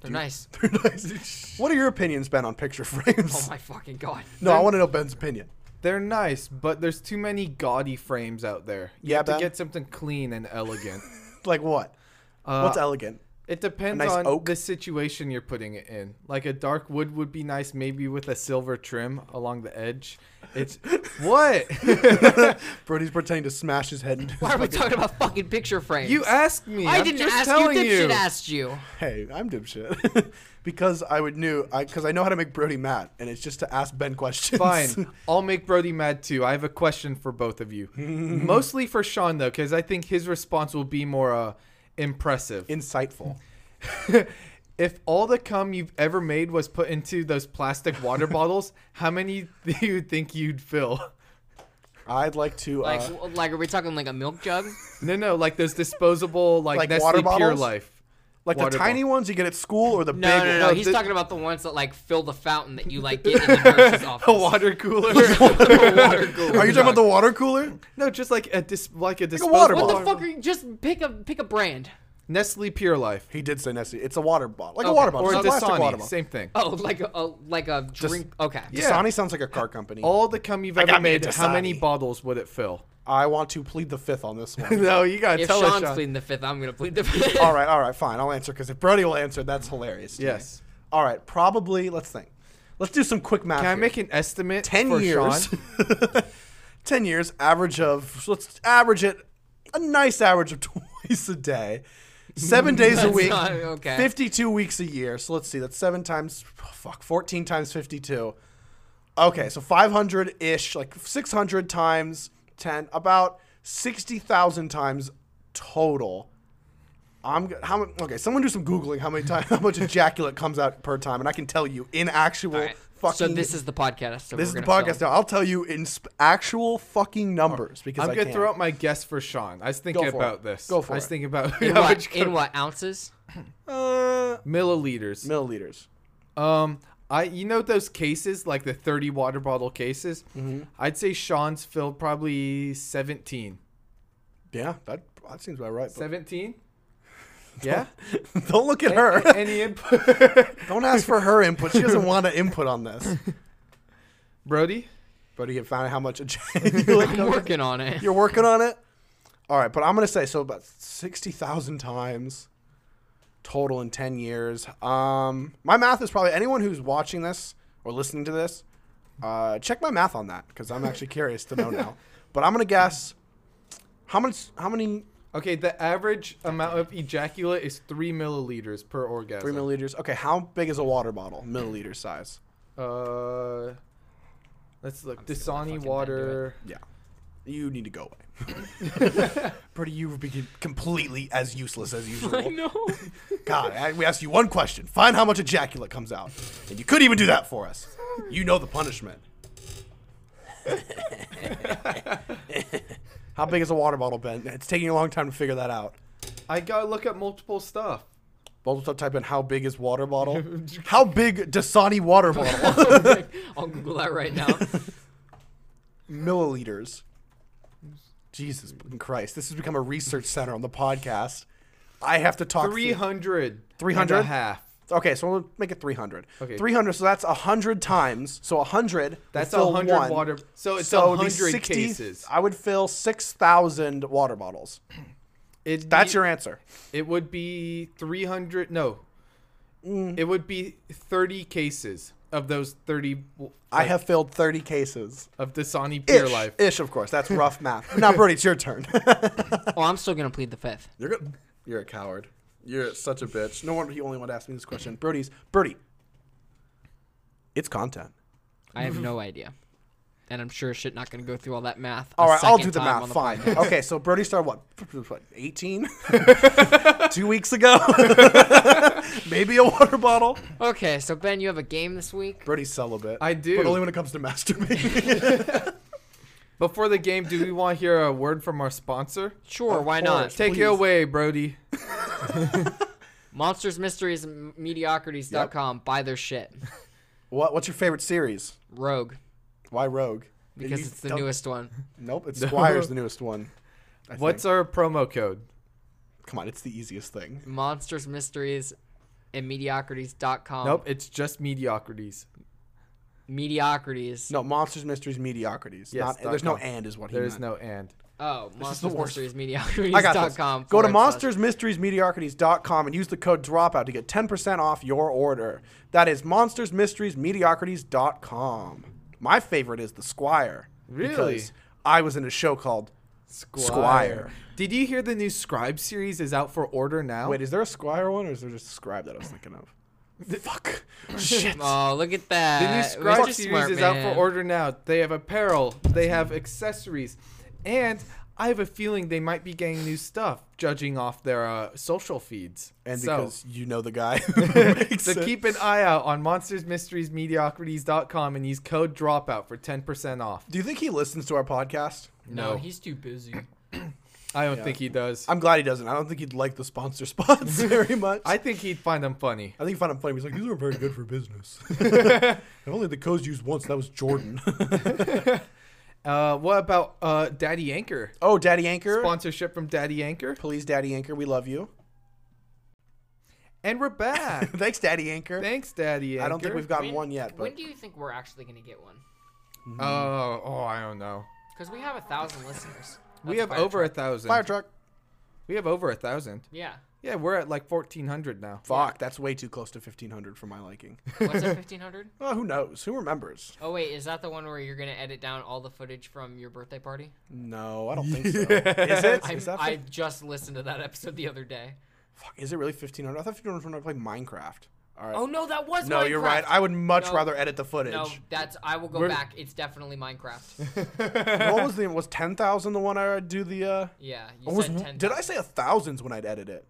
[SPEAKER 3] They're nice.
[SPEAKER 2] They're nice. What are your opinions, Ben, on picture frames?
[SPEAKER 3] Oh my fucking god.
[SPEAKER 2] no, I want to know Ben's opinion.
[SPEAKER 1] They're nice, but there's too many gaudy frames out there. You
[SPEAKER 2] Yeah,
[SPEAKER 1] have to
[SPEAKER 2] Ben?
[SPEAKER 1] get something clean and elegant.
[SPEAKER 2] Like what?
[SPEAKER 3] Uh,
[SPEAKER 2] What's elegant?
[SPEAKER 1] It depends
[SPEAKER 2] nice
[SPEAKER 1] on
[SPEAKER 2] oak?
[SPEAKER 1] the situation you're putting it in. Like a dark wood would be nice, maybe with a silver trim along the edge. It's what
[SPEAKER 2] Brody's pretending to smash his head into.
[SPEAKER 3] Why are we talking about fucking picture frames?
[SPEAKER 1] you asked me.
[SPEAKER 3] I
[SPEAKER 1] I'm
[SPEAKER 3] didn't
[SPEAKER 1] just
[SPEAKER 3] ask you.
[SPEAKER 1] telling
[SPEAKER 3] Dipshit asked you.
[SPEAKER 2] Hey, I'm dipshit. because I would knew I because I know how to make Brody mad, and it's just to ask Ben questions.
[SPEAKER 1] Fine, I'll make Brody mad too. I have a question for both of you, mostly for Sean though, because I think his response will be more uh, impressive.
[SPEAKER 2] Insightful.
[SPEAKER 1] if all the cum you've ever made was put into those plastic water bottles, how many do you think you'd fill?
[SPEAKER 2] I'd like to.
[SPEAKER 3] Like,
[SPEAKER 2] uh,
[SPEAKER 3] w- like, are we talking like a milk jug?
[SPEAKER 1] No, no, like those disposable, like,
[SPEAKER 2] Like
[SPEAKER 1] Nestle
[SPEAKER 2] water
[SPEAKER 1] Pure
[SPEAKER 2] bottles?
[SPEAKER 1] Life.
[SPEAKER 2] Like the
[SPEAKER 1] Water
[SPEAKER 2] tiny ones you get at school or the
[SPEAKER 3] No,
[SPEAKER 2] big
[SPEAKER 3] no, no,
[SPEAKER 2] ones?
[SPEAKER 1] no,
[SPEAKER 3] He's
[SPEAKER 1] the-
[SPEAKER 3] talking about the ones that like fill the fountain that you like get in the nurse's office.
[SPEAKER 1] A water cooler.
[SPEAKER 3] The water cooler.
[SPEAKER 2] Are you talking about the water cooler?
[SPEAKER 1] no, just like a dis- like a disposable.
[SPEAKER 2] water
[SPEAKER 3] What the
[SPEAKER 2] bottle.
[SPEAKER 3] fuck are you? Just pick a pick a brand.
[SPEAKER 1] Nestle Pure Life
[SPEAKER 2] He did say Nessie. It's a water bottle, like a
[SPEAKER 3] Okay.
[SPEAKER 2] water bottle,
[SPEAKER 1] or
[SPEAKER 2] it's
[SPEAKER 1] a
[SPEAKER 2] a plastic water
[SPEAKER 1] Dasani,
[SPEAKER 2] bottle.
[SPEAKER 1] same thing.
[SPEAKER 3] Oh, like a, a like a drink. okay.
[SPEAKER 1] Yeah.
[SPEAKER 2] Dasani sounds like a car company.
[SPEAKER 1] All the cum you've
[SPEAKER 2] I
[SPEAKER 1] ever
[SPEAKER 2] got me a
[SPEAKER 1] made, how many
[SPEAKER 2] Dasani.
[SPEAKER 1] bottles would it fill?
[SPEAKER 2] I want to plead the fifth on this one.
[SPEAKER 1] no, you gotta
[SPEAKER 3] If
[SPEAKER 1] tell us.
[SPEAKER 3] Sean's
[SPEAKER 1] Sean.
[SPEAKER 3] pleading the fifth, I'm gonna plead the fifth.
[SPEAKER 2] all right, all right, fine. I'll answer because if Brody will answer, that's hilarious. to me.
[SPEAKER 1] Yes.
[SPEAKER 2] All right, probably. Let's think. Let's do some quick math.
[SPEAKER 1] Can I
[SPEAKER 2] here.
[SPEAKER 1] make an estimate?
[SPEAKER 2] ten
[SPEAKER 1] for
[SPEAKER 2] years?
[SPEAKER 1] Sean?
[SPEAKER 2] ten years, average of. Let's average it. A nice average of twice a day, seven days a
[SPEAKER 3] That's
[SPEAKER 2] week,
[SPEAKER 3] not- okay.
[SPEAKER 2] fifty-two weeks a year. So let's see. That's seven times. oh, fuck, fourteen times fifty-two. Okay, so 500 ish, like 600 times 10, about 60,000 times total. I'm g- how many, okay. Someone do some googling how many times how much ejaculate comes out per time, and I can tell you in actual
[SPEAKER 3] All right.
[SPEAKER 2] fucking.
[SPEAKER 3] So this is the podcast. So
[SPEAKER 2] this is
[SPEAKER 3] we're
[SPEAKER 2] the
[SPEAKER 3] gonna
[SPEAKER 2] podcast
[SPEAKER 3] film.
[SPEAKER 2] now. I'll tell you in sp- actual fucking numbers because
[SPEAKER 1] I'm
[SPEAKER 2] I
[SPEAKER 1] gonna
[SPEAKER 2] can.
[SPEAKER 1] throw out my guess for Sean. I was thinking
[SPEAKER 2] Go for
[SPEAKER 1] about
[SPEAKER 2] it.
[SPEAKER 1] this.
[SPEAKER 2] Go for
[SPEAKER 1] I was
[SPEAKER 2] it.
[SPEAKER 1] thinking about
[SPEAKER 3] In
[SPEAKER 1] how
[SPEAKER 3] what,
[SPEAKER 1] much
[SPEAKER 3] in
[SPEAKER 1] cum-
[SPEAKER 3] what ounces?
[SPEAKER 2] uh,
[SPEAKER 1] milliliters.
[SPEAKER 2] milliliters.
[SPEAKER 1] Um, I you know those cases like the thirty water bottle cases. I'd say Sean's filled probably seventeen.
[SPEAKER 2] Yeah, that that seems about right. but-
[SPEAKER 1] Seventeen. Yeah.
[SPEAKER 2] Don't look at her.
[SPEAKER 1] Any input?
[SPEAKER 2] Don't ask for her input. She doesn't want to input on this.
[SPEAKER 1] Brody.
[SPEAKER 2] But you found out how much ejaculate
[SPEAKER 3] I'm
[SPEAKER 2] comes
[SPEAKER 3] working on it.
[SPEAKER 2] uh, You're working on it? All right, but I'm going to say so about 60,000 times total in 10 years. Um, my math is probably anyone who's watching this or listening to this, uh, check my math on that because I'm actually curious to know now. But I'm going to guess how much, how many
[SPEAKER 1] Okay, the average amount of ejaculate is three milliliters per orgasm.
[SPEAKER 2] three milliliters? Okay, how big is a water bottle? Milliliter size.
[SPEAKER 1] Uh, let's look.
[SPEAKER 3] still not fucking
[SPEAKER 1] Dasani
[SPEAKER 3] gonna do
[SPEAKER 1] water.
[SPEAKER 2] Yeah. you need to go away. Pretty, you became completely as useless as usual.
[SPEAKER 3] I know.
[SPEAKER 2] God, I- we asked you one question. Find how much ejaculate comes out. And you couldn't even do that for us. You know the punishment. how big is a water bottle, Ben? It's taking a long time to figure that out.
[SPEAKER 1] I gotta look up multiple stuff.
[SPEAKER 2] Multiple type in how big is water bottle? how big Dasani water bottle?
[SPEAKER 3] I'll Google that right now.
[SPEAKER 2] Milliliters. Jesus fucking Christ. This has become a research center on the podcast. I have to talk.
[SPEAKER 1] Three
[SPEAKER 2] through-
[SPEAKER 1] hundred.
[SPEAKER 2] 300?
[SPEAKER 1] half.
[SPEAKER 2] Okay, so we'll make it 300.
[SPEAKER 1] Okay.
[SPEAKER 2] 300, so that's 100 times. So 100.
[SPEAKER 1] That's
[SPEAKER 2] would fill
[SPEAKER 1] 100
[SPEAKER 2] one.
[SPEAKER 1] water- so it's
[SPEAKER 2] it'd be
[SPEAKER 1] 100 cases.
[SPEAKER 2] I would fill 6,000 water bottles.
[SPEAKER 1] It,
[SPEAKER 2] That's your answer.
[SPEAKER 1] It would be three hundred. No.
[SPEAKER 2] Mm.
[SPEAKER 1] It would be thirty cases of those thirty.
[SPEAKER 2] I have filled 30 cases.
[SPEAKER 1] of Dasani Pure
[SPEAKER 2] Ish,
[SPEAKER 1] Life.
[SPEAKER 2] ish, of course. That's rough math. now, Brody, it's your turn.
[SPEAKER 3] Oh, I'm still gonna plead the fifth.
[SPEAKER 2] you're good. You're a coward. You're such a bitch. No wonder you only want to ask me this question. Brody's Brody. It's content.
[SPEAKER 3] I have no idea, and I'm sure shit not gonna go through all that math. a
[SPEAKER 2] All right, I'll
[SPEAKER 3] second
[SPEAKER 2] do the
[SPEAKER 3] time on
[SPEAKER 2] math.
[SPEAKER 3] the
[SPEAKER 2] Fine.
[SPEAKER 3] podcast.
[SPEAKER 2] okay, so Brody started what? what, 18? Two weeks ago? Maybe a water bottle.
[SPEAKER 3] Okay, so Ben, you have a game this week.
[SPEAKER 2] Brody's celibate.
[SPEAKER 1] I do.
[SPEAKER 2] But only when it comes to masturbating.
[SPEAKER 1] Before the game, do we want to hear a word from our sponsor?
[SPEAKER 3] Sure,
[SPEAKER 2] Of
[SPEAKER 3] why
[SPEAKER 2] course.
[SPEAKER 3] not?
[SPEAKER 1] Take
[SPEAKER 2] Please.
[SPEAKER 1] it away, Brody.
[SPEAKER 3] Monsters, Mysteries, and Mediocrities.com. Buy their shit.
[SPEAKER 2] what, what's your favorite series?
[SPEAKER 3] Rogue,
[SPEAKER 2] Why Rogue?
[SPEAKER 3] because
[SPEAKER 2] You
[SPEAKER 3] it's the
[SPEAKER 2] don't-
[SPEAKER 3] newest one.
[SPEAKER 2] Nope, it's Squire's the newest one. I
[SPEAKER 1] What's our promo code?
[SPEAKER 2] think. Come on, it's the easiest thing.
[SPEAKER 3] Monsters, Mysteries, and Mediocrities.com.
[SPEAKER 1] Nope, it's just mediocrities.
[SPEAKER 3] Mediocrities.
[SPEAKER 2] No, Monsters, Mysteries, Mediocrities.
[SPEAKER 1] Yes,
[SPEAKER 2] Not-
[SPEAKER 1] dot
[SPEAKER 2] there's no
[SPEAKER 1] com.
[SPEAKER 2] and is what he
[SPEAKER 1] There is
[SPEAKER 2] meant.
[SPEAKER 1] no and.
[SPEAKER 3] Oh,
[SPEAKER 2] is the
[SPEAKER 3] Monsters,
[SPEAKER 2] worst.
[SPEAKER 3] Mysteries,
[SPEAKER 2] I got this.
[SPEAKER 3] Mediocrities.com.
[SPEAKER 2] Go to
[SPEAKER 3] forward slash-
[SPEAKER 2] monstersmysteriesmediocrities.com and use the code dropout to get 10% off your order. That is monstersmysteriesmediocrities.com. My favorite is The Squire.
[SPEAKER 1] Really?
[SPEAKER 2] because I was in a show called
[SPEAKER 1] Squire.
[SPEAKER 2] Squire.
[SPEAKER 1] Did you hear the new Scribe series is out for order now?
[SPEAKER 2] Wait, is there a Squire one or is there just a scribe that I was thinking of? Fuck. Shit.
[SPEAKER 3] Oh, look at that.
[SPEAKER 1] the new
[SPEAKER 3] We're
[SPEAKER 1] Scribe
[SPEAKER 3] just
[SPEAKER 1] series
[SPEAKER 3] smart,
[SPEAKER 1] is out
[SPEAKER 3] man.
[SPEAKER 1] for order now. They have apparel, they have accessories, and I have a feeling they might be getting new stuff, judging off their uh, social feeds.
[SPEAKER 2] And
[SPEAKER 1] So-
[SPEAKER 2] because you know the guy.
[SPEAKER 1] So keep an eye out on monstersmysteriesmediocrities.com and use code dropout for 10% off.
[SPEAKER 2] Do you think he listens to our podcast?
[SPEAKER 3] No,
[SPEAKER 1] No.
[SPEAKER 3] he's too busy.
[SPEAKER 1] I don't think he does. i
[SPEAKER 2] I'm glad he doesn't. I don't think he'd like the sponsor spots very much.
[SPEAKER 1] think he'd find them funny.
[SPEAKER 2] I think he found it funny. He's like, these are very good for business. and only the codes used once. That was Jordan.
[SPEAKER 1] Uh, what about uh, Daddy Anchor?
[SPEAKER 2] oh, Daddy Anchor.
[SPEAKER 1] Sponsorship from Daddy Anchor.
[SPEAKER 2] Please, Daddy Anchor. We love you.
[SPEAKER 1] And we're back.
[SPEAKER 2] Thanks, Daddy Anchor.
[SPEAKER 1] Thanks, Daddy Anchor.
[SPEAKER 2] I don't think we've gotten
[SPEAKER 3] When-
[SPEAKER 2] one yet,
[SPEAKER 3] When
[SPEAKER 2] but
[SPEAKER 3] do you think we're actually going to get one?
[SPEAKER 1] Oh, oh, I don't know.
[SPEAKER 3] Because we have a thousand listeners.
[SPEAKER 1] we
[SPEAKER 3] That's
[SPEAKER 1] have
[SPEAKER 3] fire
[SPEAKER 1] over
[SPEAKER 3] truck.
[SPEAKER 1] a thousand.
[SPEAKER 2] fire truck.
[SPEAKER 1] We have over a thousand.
[SPEAKER 3] Yeah.
[SPEAKER 1] Yeah, we're at like 1,400 now.
[SPEAKER 2] Fuck, that's way too close to 1500 for my liking.
[SPEAKER 3] What's it, 1500?
[SPEAKER 2] well, who knows? Who remembers?
[SPEAKER 3] Oh, wait, is that the one where you're going to edit down all the footage from your birthday party?
[SPEAKER 2] No, I don't think so. Is it?
[SPEAKER 3] I,
[SPEAKER 2] Is that
[SPEAKER 3] I just listened to that episode the other day.
[SPEAKER 2] fuck, is it really 1500? I thought 1500 was when I played Minecraft. All right.
[SPEAKER 3] Oh, no, that was
[SPEAKER 2] no,
[SPEAKER 3] Minecraft.
[SPEAKER 2] you're right. I would much
[SPEAKER 3] No.
[SPEAKER 2] rather edit the footage.
[SPEAKER 3] No, that's. I will go
[SPEAKER 1] We're-
[SPEAKER 3] back. It's definitely Minecraft.
[SPEAKER 2] what was the was 10,000 the one I do the uh
[SPEAKER 3] Yeah. You
[SPEAKER 2] or was,
[SPEAKER 3] said 10.
[SPEAKER 2] Did I say a thousands when I'd edit it?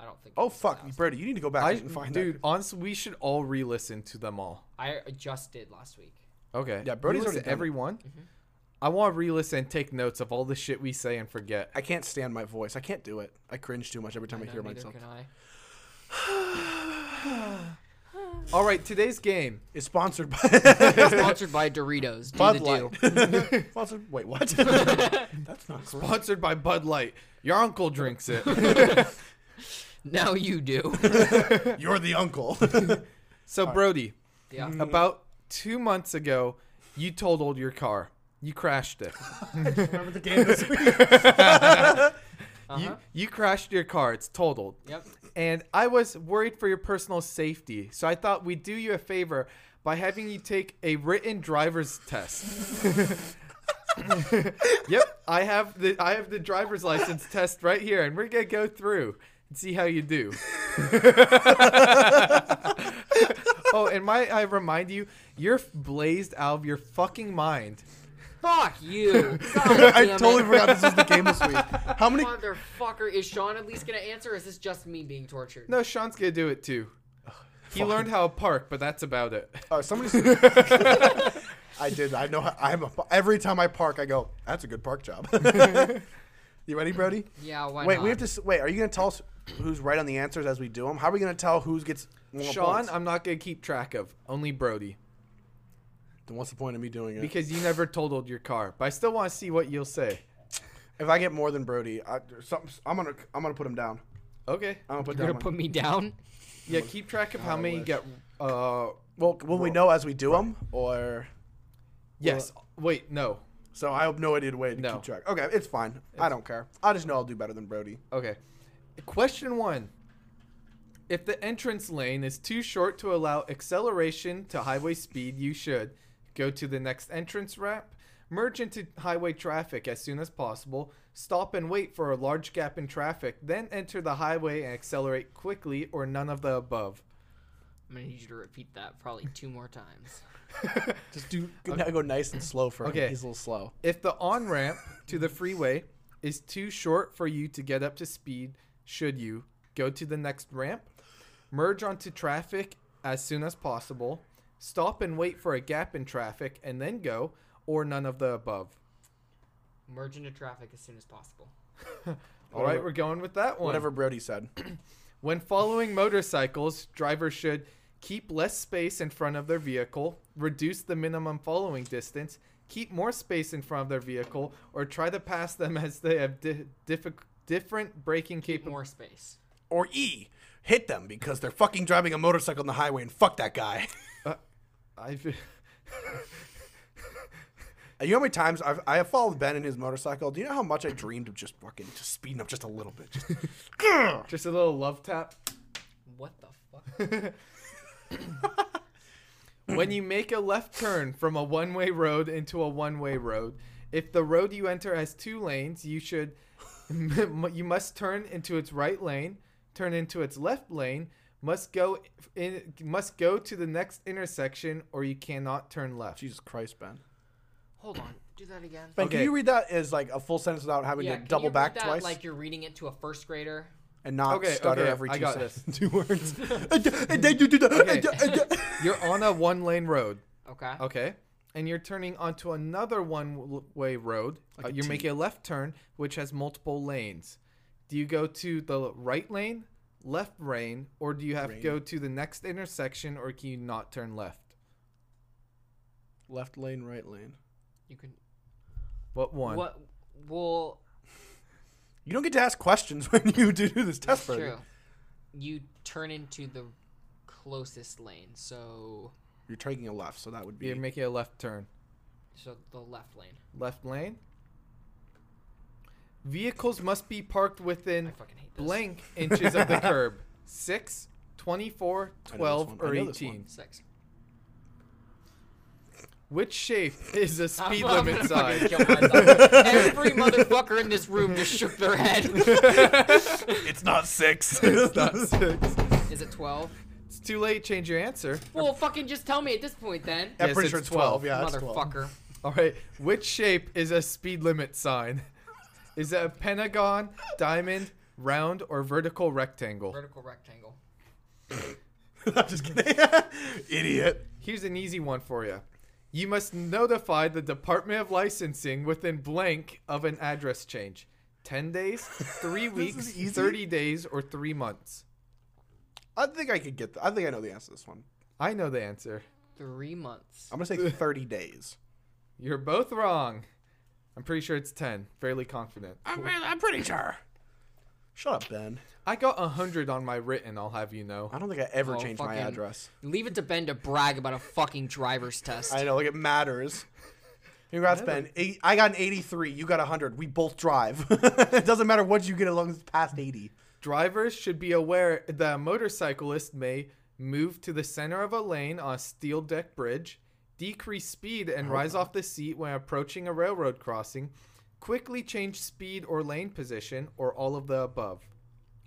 [SPEAKER 3] I don't think. it
[SPEAKER 2] Oh
[SPEAKER 3] was
[SPEAKER 2] fuck,
[SPEAKER 3] 10,000.
[SPEAKER 2] Brady, you need to go back
[SPEAKER 1] I,
[SPEAKER 2] and find
[SPEAKER 1] dude,
[SPEAKER 2] that.
[SPEAKER 1] honestly, we should all re listen to them all.
[SPEAKER 3] I just did last week.
[SPEAKER 1] Okay.
[SPEAKER 2] Yeah, Brody's
[SPEAKER 1] Re-listen
[SPEAKER 2] already done it.
[SPEAKER 1] everyone. I want to re-listen and take notes of all the shit we say and forget.
[SPEAKER 2] I can't stand my voice. I can't do it. I cringe too much every time I,
[SPEAKER 3] No,
[SPEAKER 2] hear
[SPEAKER 3] neither
[SPEAKER 2] myself.
[SPEAKER 3] Can I?
[SPEAKER 1] All right, today's game.
[SPEAKER 2] It's sponsored by
[SPEAKER 3] Sponsored by Doritos. Do
[SPEAKER 2] Bud
[SPEAKER 3] the
[SPEAKER 2] Light.
[SPEAKER 3] do.
[SPEAKER 2] sponsored, wait, what? That's not correct.
[SPEAKER 1] Sponsored by Bud Light. Your uncle drinks it.
[SPEAKER 3] Now you do.
[SPEAKER 2] You're the uncle.
[SPEAKER 1] so Brody,
[SPEAKER 3] yeah.
[SPEAKER 1] about two months ago, you totaled your car. You crashed it.
[SPEAKER 2] Remember the game this week? Uh-huh.
[SPEAKER 1] You, you crashed your car. It's totaled.
[SPEAKER 3] Yep.
[SPEAKER 1] And I was worried for your personal safety, so I thought we'd do you a favor by having you take a written driver's test. yep, I have the I have the driver's license test right here, and we're gonna go through and see how you do. oh, and might I remind you, you're blazed out of your fucking mind.
[SPEAKER 3] Fuck you. God
[SPEAKER 2] I
[SPEAKER 3] damn
[SPEAKER 2] totally
[SPEAKER 3] it.
[SPEAKER 2] forgot this was the game this week. How many?
[SPEAKER 3] Motherfucker, is Sean at least gonna answer? Or is this just me being tortured?
[SPEAKER 1] No, Sean's gonna do it too. He learned how to park, but that's about it.
[SPEAKER 2] Oh, somebody. I did. I know. how- I'm a, every time I park, I go. That's a good park job. you ready, Brody?
[SPEAKER 3] Yeah, why
[SPEAKER 2] wait,
[SPEAKER 3] not?
[SPEAKER 2] we have to. s- Wait, are you going to tell us who's right on the answers as we do them? How are we going to tell who gets more
[SPEAKER 1] Sean,
[SPEAKER 2] points?
[SPEAKER 1] I'm not gonna keep track of. Only Brody,
[SPEAKER 2] Then what's the point of me doing it?
[SPEAKER 1] because you never totaled your car. But I still want to see what you'll say.
[SPEAKER 2] if I get more than Brody, I, there's something, I'm gonna I'm gonna put him down.
[SPEAKER 1] Okay.
[SPEAKER 2] I'm gonna put
[SPEAKER 3] You're
[SPEAKER 2] down.
[SPEAKER 3] gonna
[SPEAKER 2] my-
[SPEAKER 3] put me down?
[SPEAKER 1] Yeah, keep track of how
[SPEAKER 2] I
[SPEAKER 1] many you
[SPEAKER 2] wish.
[SPEAKER 1] get. Uh,
[SPEAKER 2] well, will we know as we do them, or
[SPEAKER 1] yes. Wait, no.
[SPEAKER 2] so I have no idea way to
[SPEAKER 1] No.
[SPEAKER 2] keep track. Okay, it's fine. I don't care. I just know I'll do better than Brody.
[SPEAKER 1] Okay. Question one. If the entrance lane is too short to allow acceleration to highway speed, you should go to the next entrance ramp, merge into highway traffic as soon as possible, stop and wait for a large gap in traffic, then enter the highway and accelerate quickly or none of the above.
[SPEAKER 3] I'm gonna need you to repeat that probably two more times.
[SPEAKER 2] Just do go, now go nice and slow for
[SPEAKER 1] Okay.
[SPEAKER 2] him. He's a little slow.
[SPEAKER 1] If the on ramp to the freeway is too short for you to get up to speed, should you go to the next ramp, merge onto traffic as soon as possible, stop and wait for a gap in traffic, and then go, or none of the above?
[SPEAKER 3] Merge into traffic as soon as possible.
[SPEAKER 1] All right, we're going with that one.
[SPEAKER 2] Whatever Brody said.
[SPEAKER 1] When following motorcycles, drivers should keep less space in front of their vehicle, reduce the minimum following distance, keep more space in front of their vehicle, or try to pass them as they have di- diffi- different braking capabilities.
[SPEAKER 3] More space.
[SPEAKER 2] or E, hit them because they're fucking driving a motorcycle on the highway and fuck that guy.
[SPEAKER 1] uh, I've.
[SPEAKER 2] And you know how many times I've, I have followed Ben in his motorcycle? Do you know how much I dreamed of just fucking just speeding up just a little bit? Just, Grr!
[SPEAKER 1] Just a little love tap.
[SPEAKER 3] What the fuck?
[SPEAKER 1] when you make a left turn from a one way road into a one way road, if the road you enter has two lanes, you should you must turn into its right lane, turn into its left lane, must go in, must go to the next intersection or you cannot turn left.
[SPEAKER 2] Jesus Christ, Ben.
[SPEAKER 3] Hold on. Do that again.
[SPEAKER 2] Ben,
[SPEAKER 1] Okay.
[SPEAKER 2] can you read that as like a full sentence without having
[SPEAKER 3] Yeah,
[SPEAKER 2] to
[SPEAKER 3] can
[SPEAKER 2] double
[SPEAKER 3] you read
[SPEAKER 2] back
[SPEAKER 3] that
[SPEAKER 2] twice
[SPEAKER 3] Like you're reading it to a first grader.
[SPEAKER 2] and not
[SPEAKER 1] Okay,
[SPEAKER 2] stutter
[SPEAKER 1] okay,
[SPEAKER 2] every two,
[SPEAKER 1] I got
[SPEAKER 2] sec- two words? Uh, And then you do uh, the- and then- and then-
[SPEAKER 1] You're on a one lane road,
[SPEAKER 3] Okay.
[SPEAKER 2] Oh,
[SPEAKER 1] okay? And you're turning onto another one way road. Uh,
[SPEAKER 2] a
[SPEAKER 1] you're
[SPEAKER 2] T.
[SPEAKER 1] making a left turn which has multiple lanes. Do you go to the right lane, left lane, or do you have
[SPEAKER 2] Rain.
[SPEAKER 1] to go to the next intersection or can you not turn left?
[SPEAKER 2] Left lane, right lane.
[SPEAKER 3] You can.
[SPEAKER 1] What one?
[SPEAKER 3] What? Well,
[SPEAKER 2] You don't get to ask questions when you do this test, Brody.
[SPEAKER 3] true. You turn into the closest lane, so
[SPEAKER 2] You're taking a left, so that would be.
[SPEAKER 1] You're making a left turn.
[SPEAKER 3] so the left lane.
[SPEAKER 1] Left lane. Vehicles must be parked
[SPEAKER 3] I
[SPEAKER 1] within
[SPEAKER 3] fucking hate this.
[SPEAKER 1] blank inches of the curb. 6, 24,
[SPEAKER 2] I know this
[SPEAKER 1] 12,
[SPEAKER 2] one. I
[SPEAKER 1] or
[SPEAKER 2] know this one.
[SPEAKER 1] 18.
[SPEAKER 3] Six.
[SPEAKER 1] Which shape is the speed
[SPEAKER 3] I'm
[SPEAKER 1] limit
[SPEAKER 3] gonna
[SPEAKER 1] sign?
[SPEAKER 3] fucking kill myself. Every motherfucker in this room just shook their head.
[SPEAKER 2] it's not six.
[SPEAKER 1] It's not 6.
[SPEAKER 3] Is it twelve?
[SPEAKER 1] It's too late. Change your answer.
[SPEAKER 3] Well, fucking just tell me at this point then.
[SPEAKER 2] I'm
[SPEAKER 1] Yes,
[SPEAKER 2] pretty
[SPEAKER 1] it's
[SPEAKER 2] sure it's
[SPEAKER 1] 12.
[SPEAKER 2] 12. Yeah, it's 12.
[SPEAKER 3] Motherfucker.
[SPEAKER 1] All right. Which shape is a speed limit sign? Is it a pentagon, diamond, round, or vertical rectangle?
[SPEAKER 3] Vertical rectangle.
[SPEAKER 2] I'm just kidding. Idiot.
[SPEAKER 1] Here's an easy one for you. You must notify the Department of Licensing within blank of an address change. 10 days, 3
[SPEAKER 2] This is
[SPEAKER 1] weeks,
[SPEAKER 2] easy.
[SPEAKER 1] 30 days, or 3 months.
[SPEAKER 2] I think I could get. th- I think I know the answer to this one.
[SPEAKER 1] I know the answer.
[SPEAKER 3] Three months.
[SPEAKER 2] I'm gonna say 30 days.
[SPEAKER 1] You're both wrong. I'm pretty sure it's 10. Fairly confident.
[SPEAKER 2] I'm, I'm pretty sure. Shut up, Ben.
[SPEAKER 1] I got 100 on my written, I'll have you know.
[SPEAKER 2] I don't think I ever
[SPEAKER 3] Oh,
[SPEAKER 2] changed my
[SPEAKER 3] fucking-
[SPEAKER 2] address.
[SPEAKER 3] Leave it to Ben to brag about a fucking driver's test.
[SPEAKER 2] I know, like it matters. Congrats, Ben. Eight, I got an 83. You got 100. We both drive. it doesn't matter what you get as long as it's past 80.
[SPEAKER 1] Drivers should be aware that a motorcyclist may move to the center of a lane on a steel deck bridge, decrease speed
[SPEAKER 2] Oh.
[SPEAKER 1] and rise off the seat when approaching a railroad crossing, quickly change speed or lane position, or all of the above.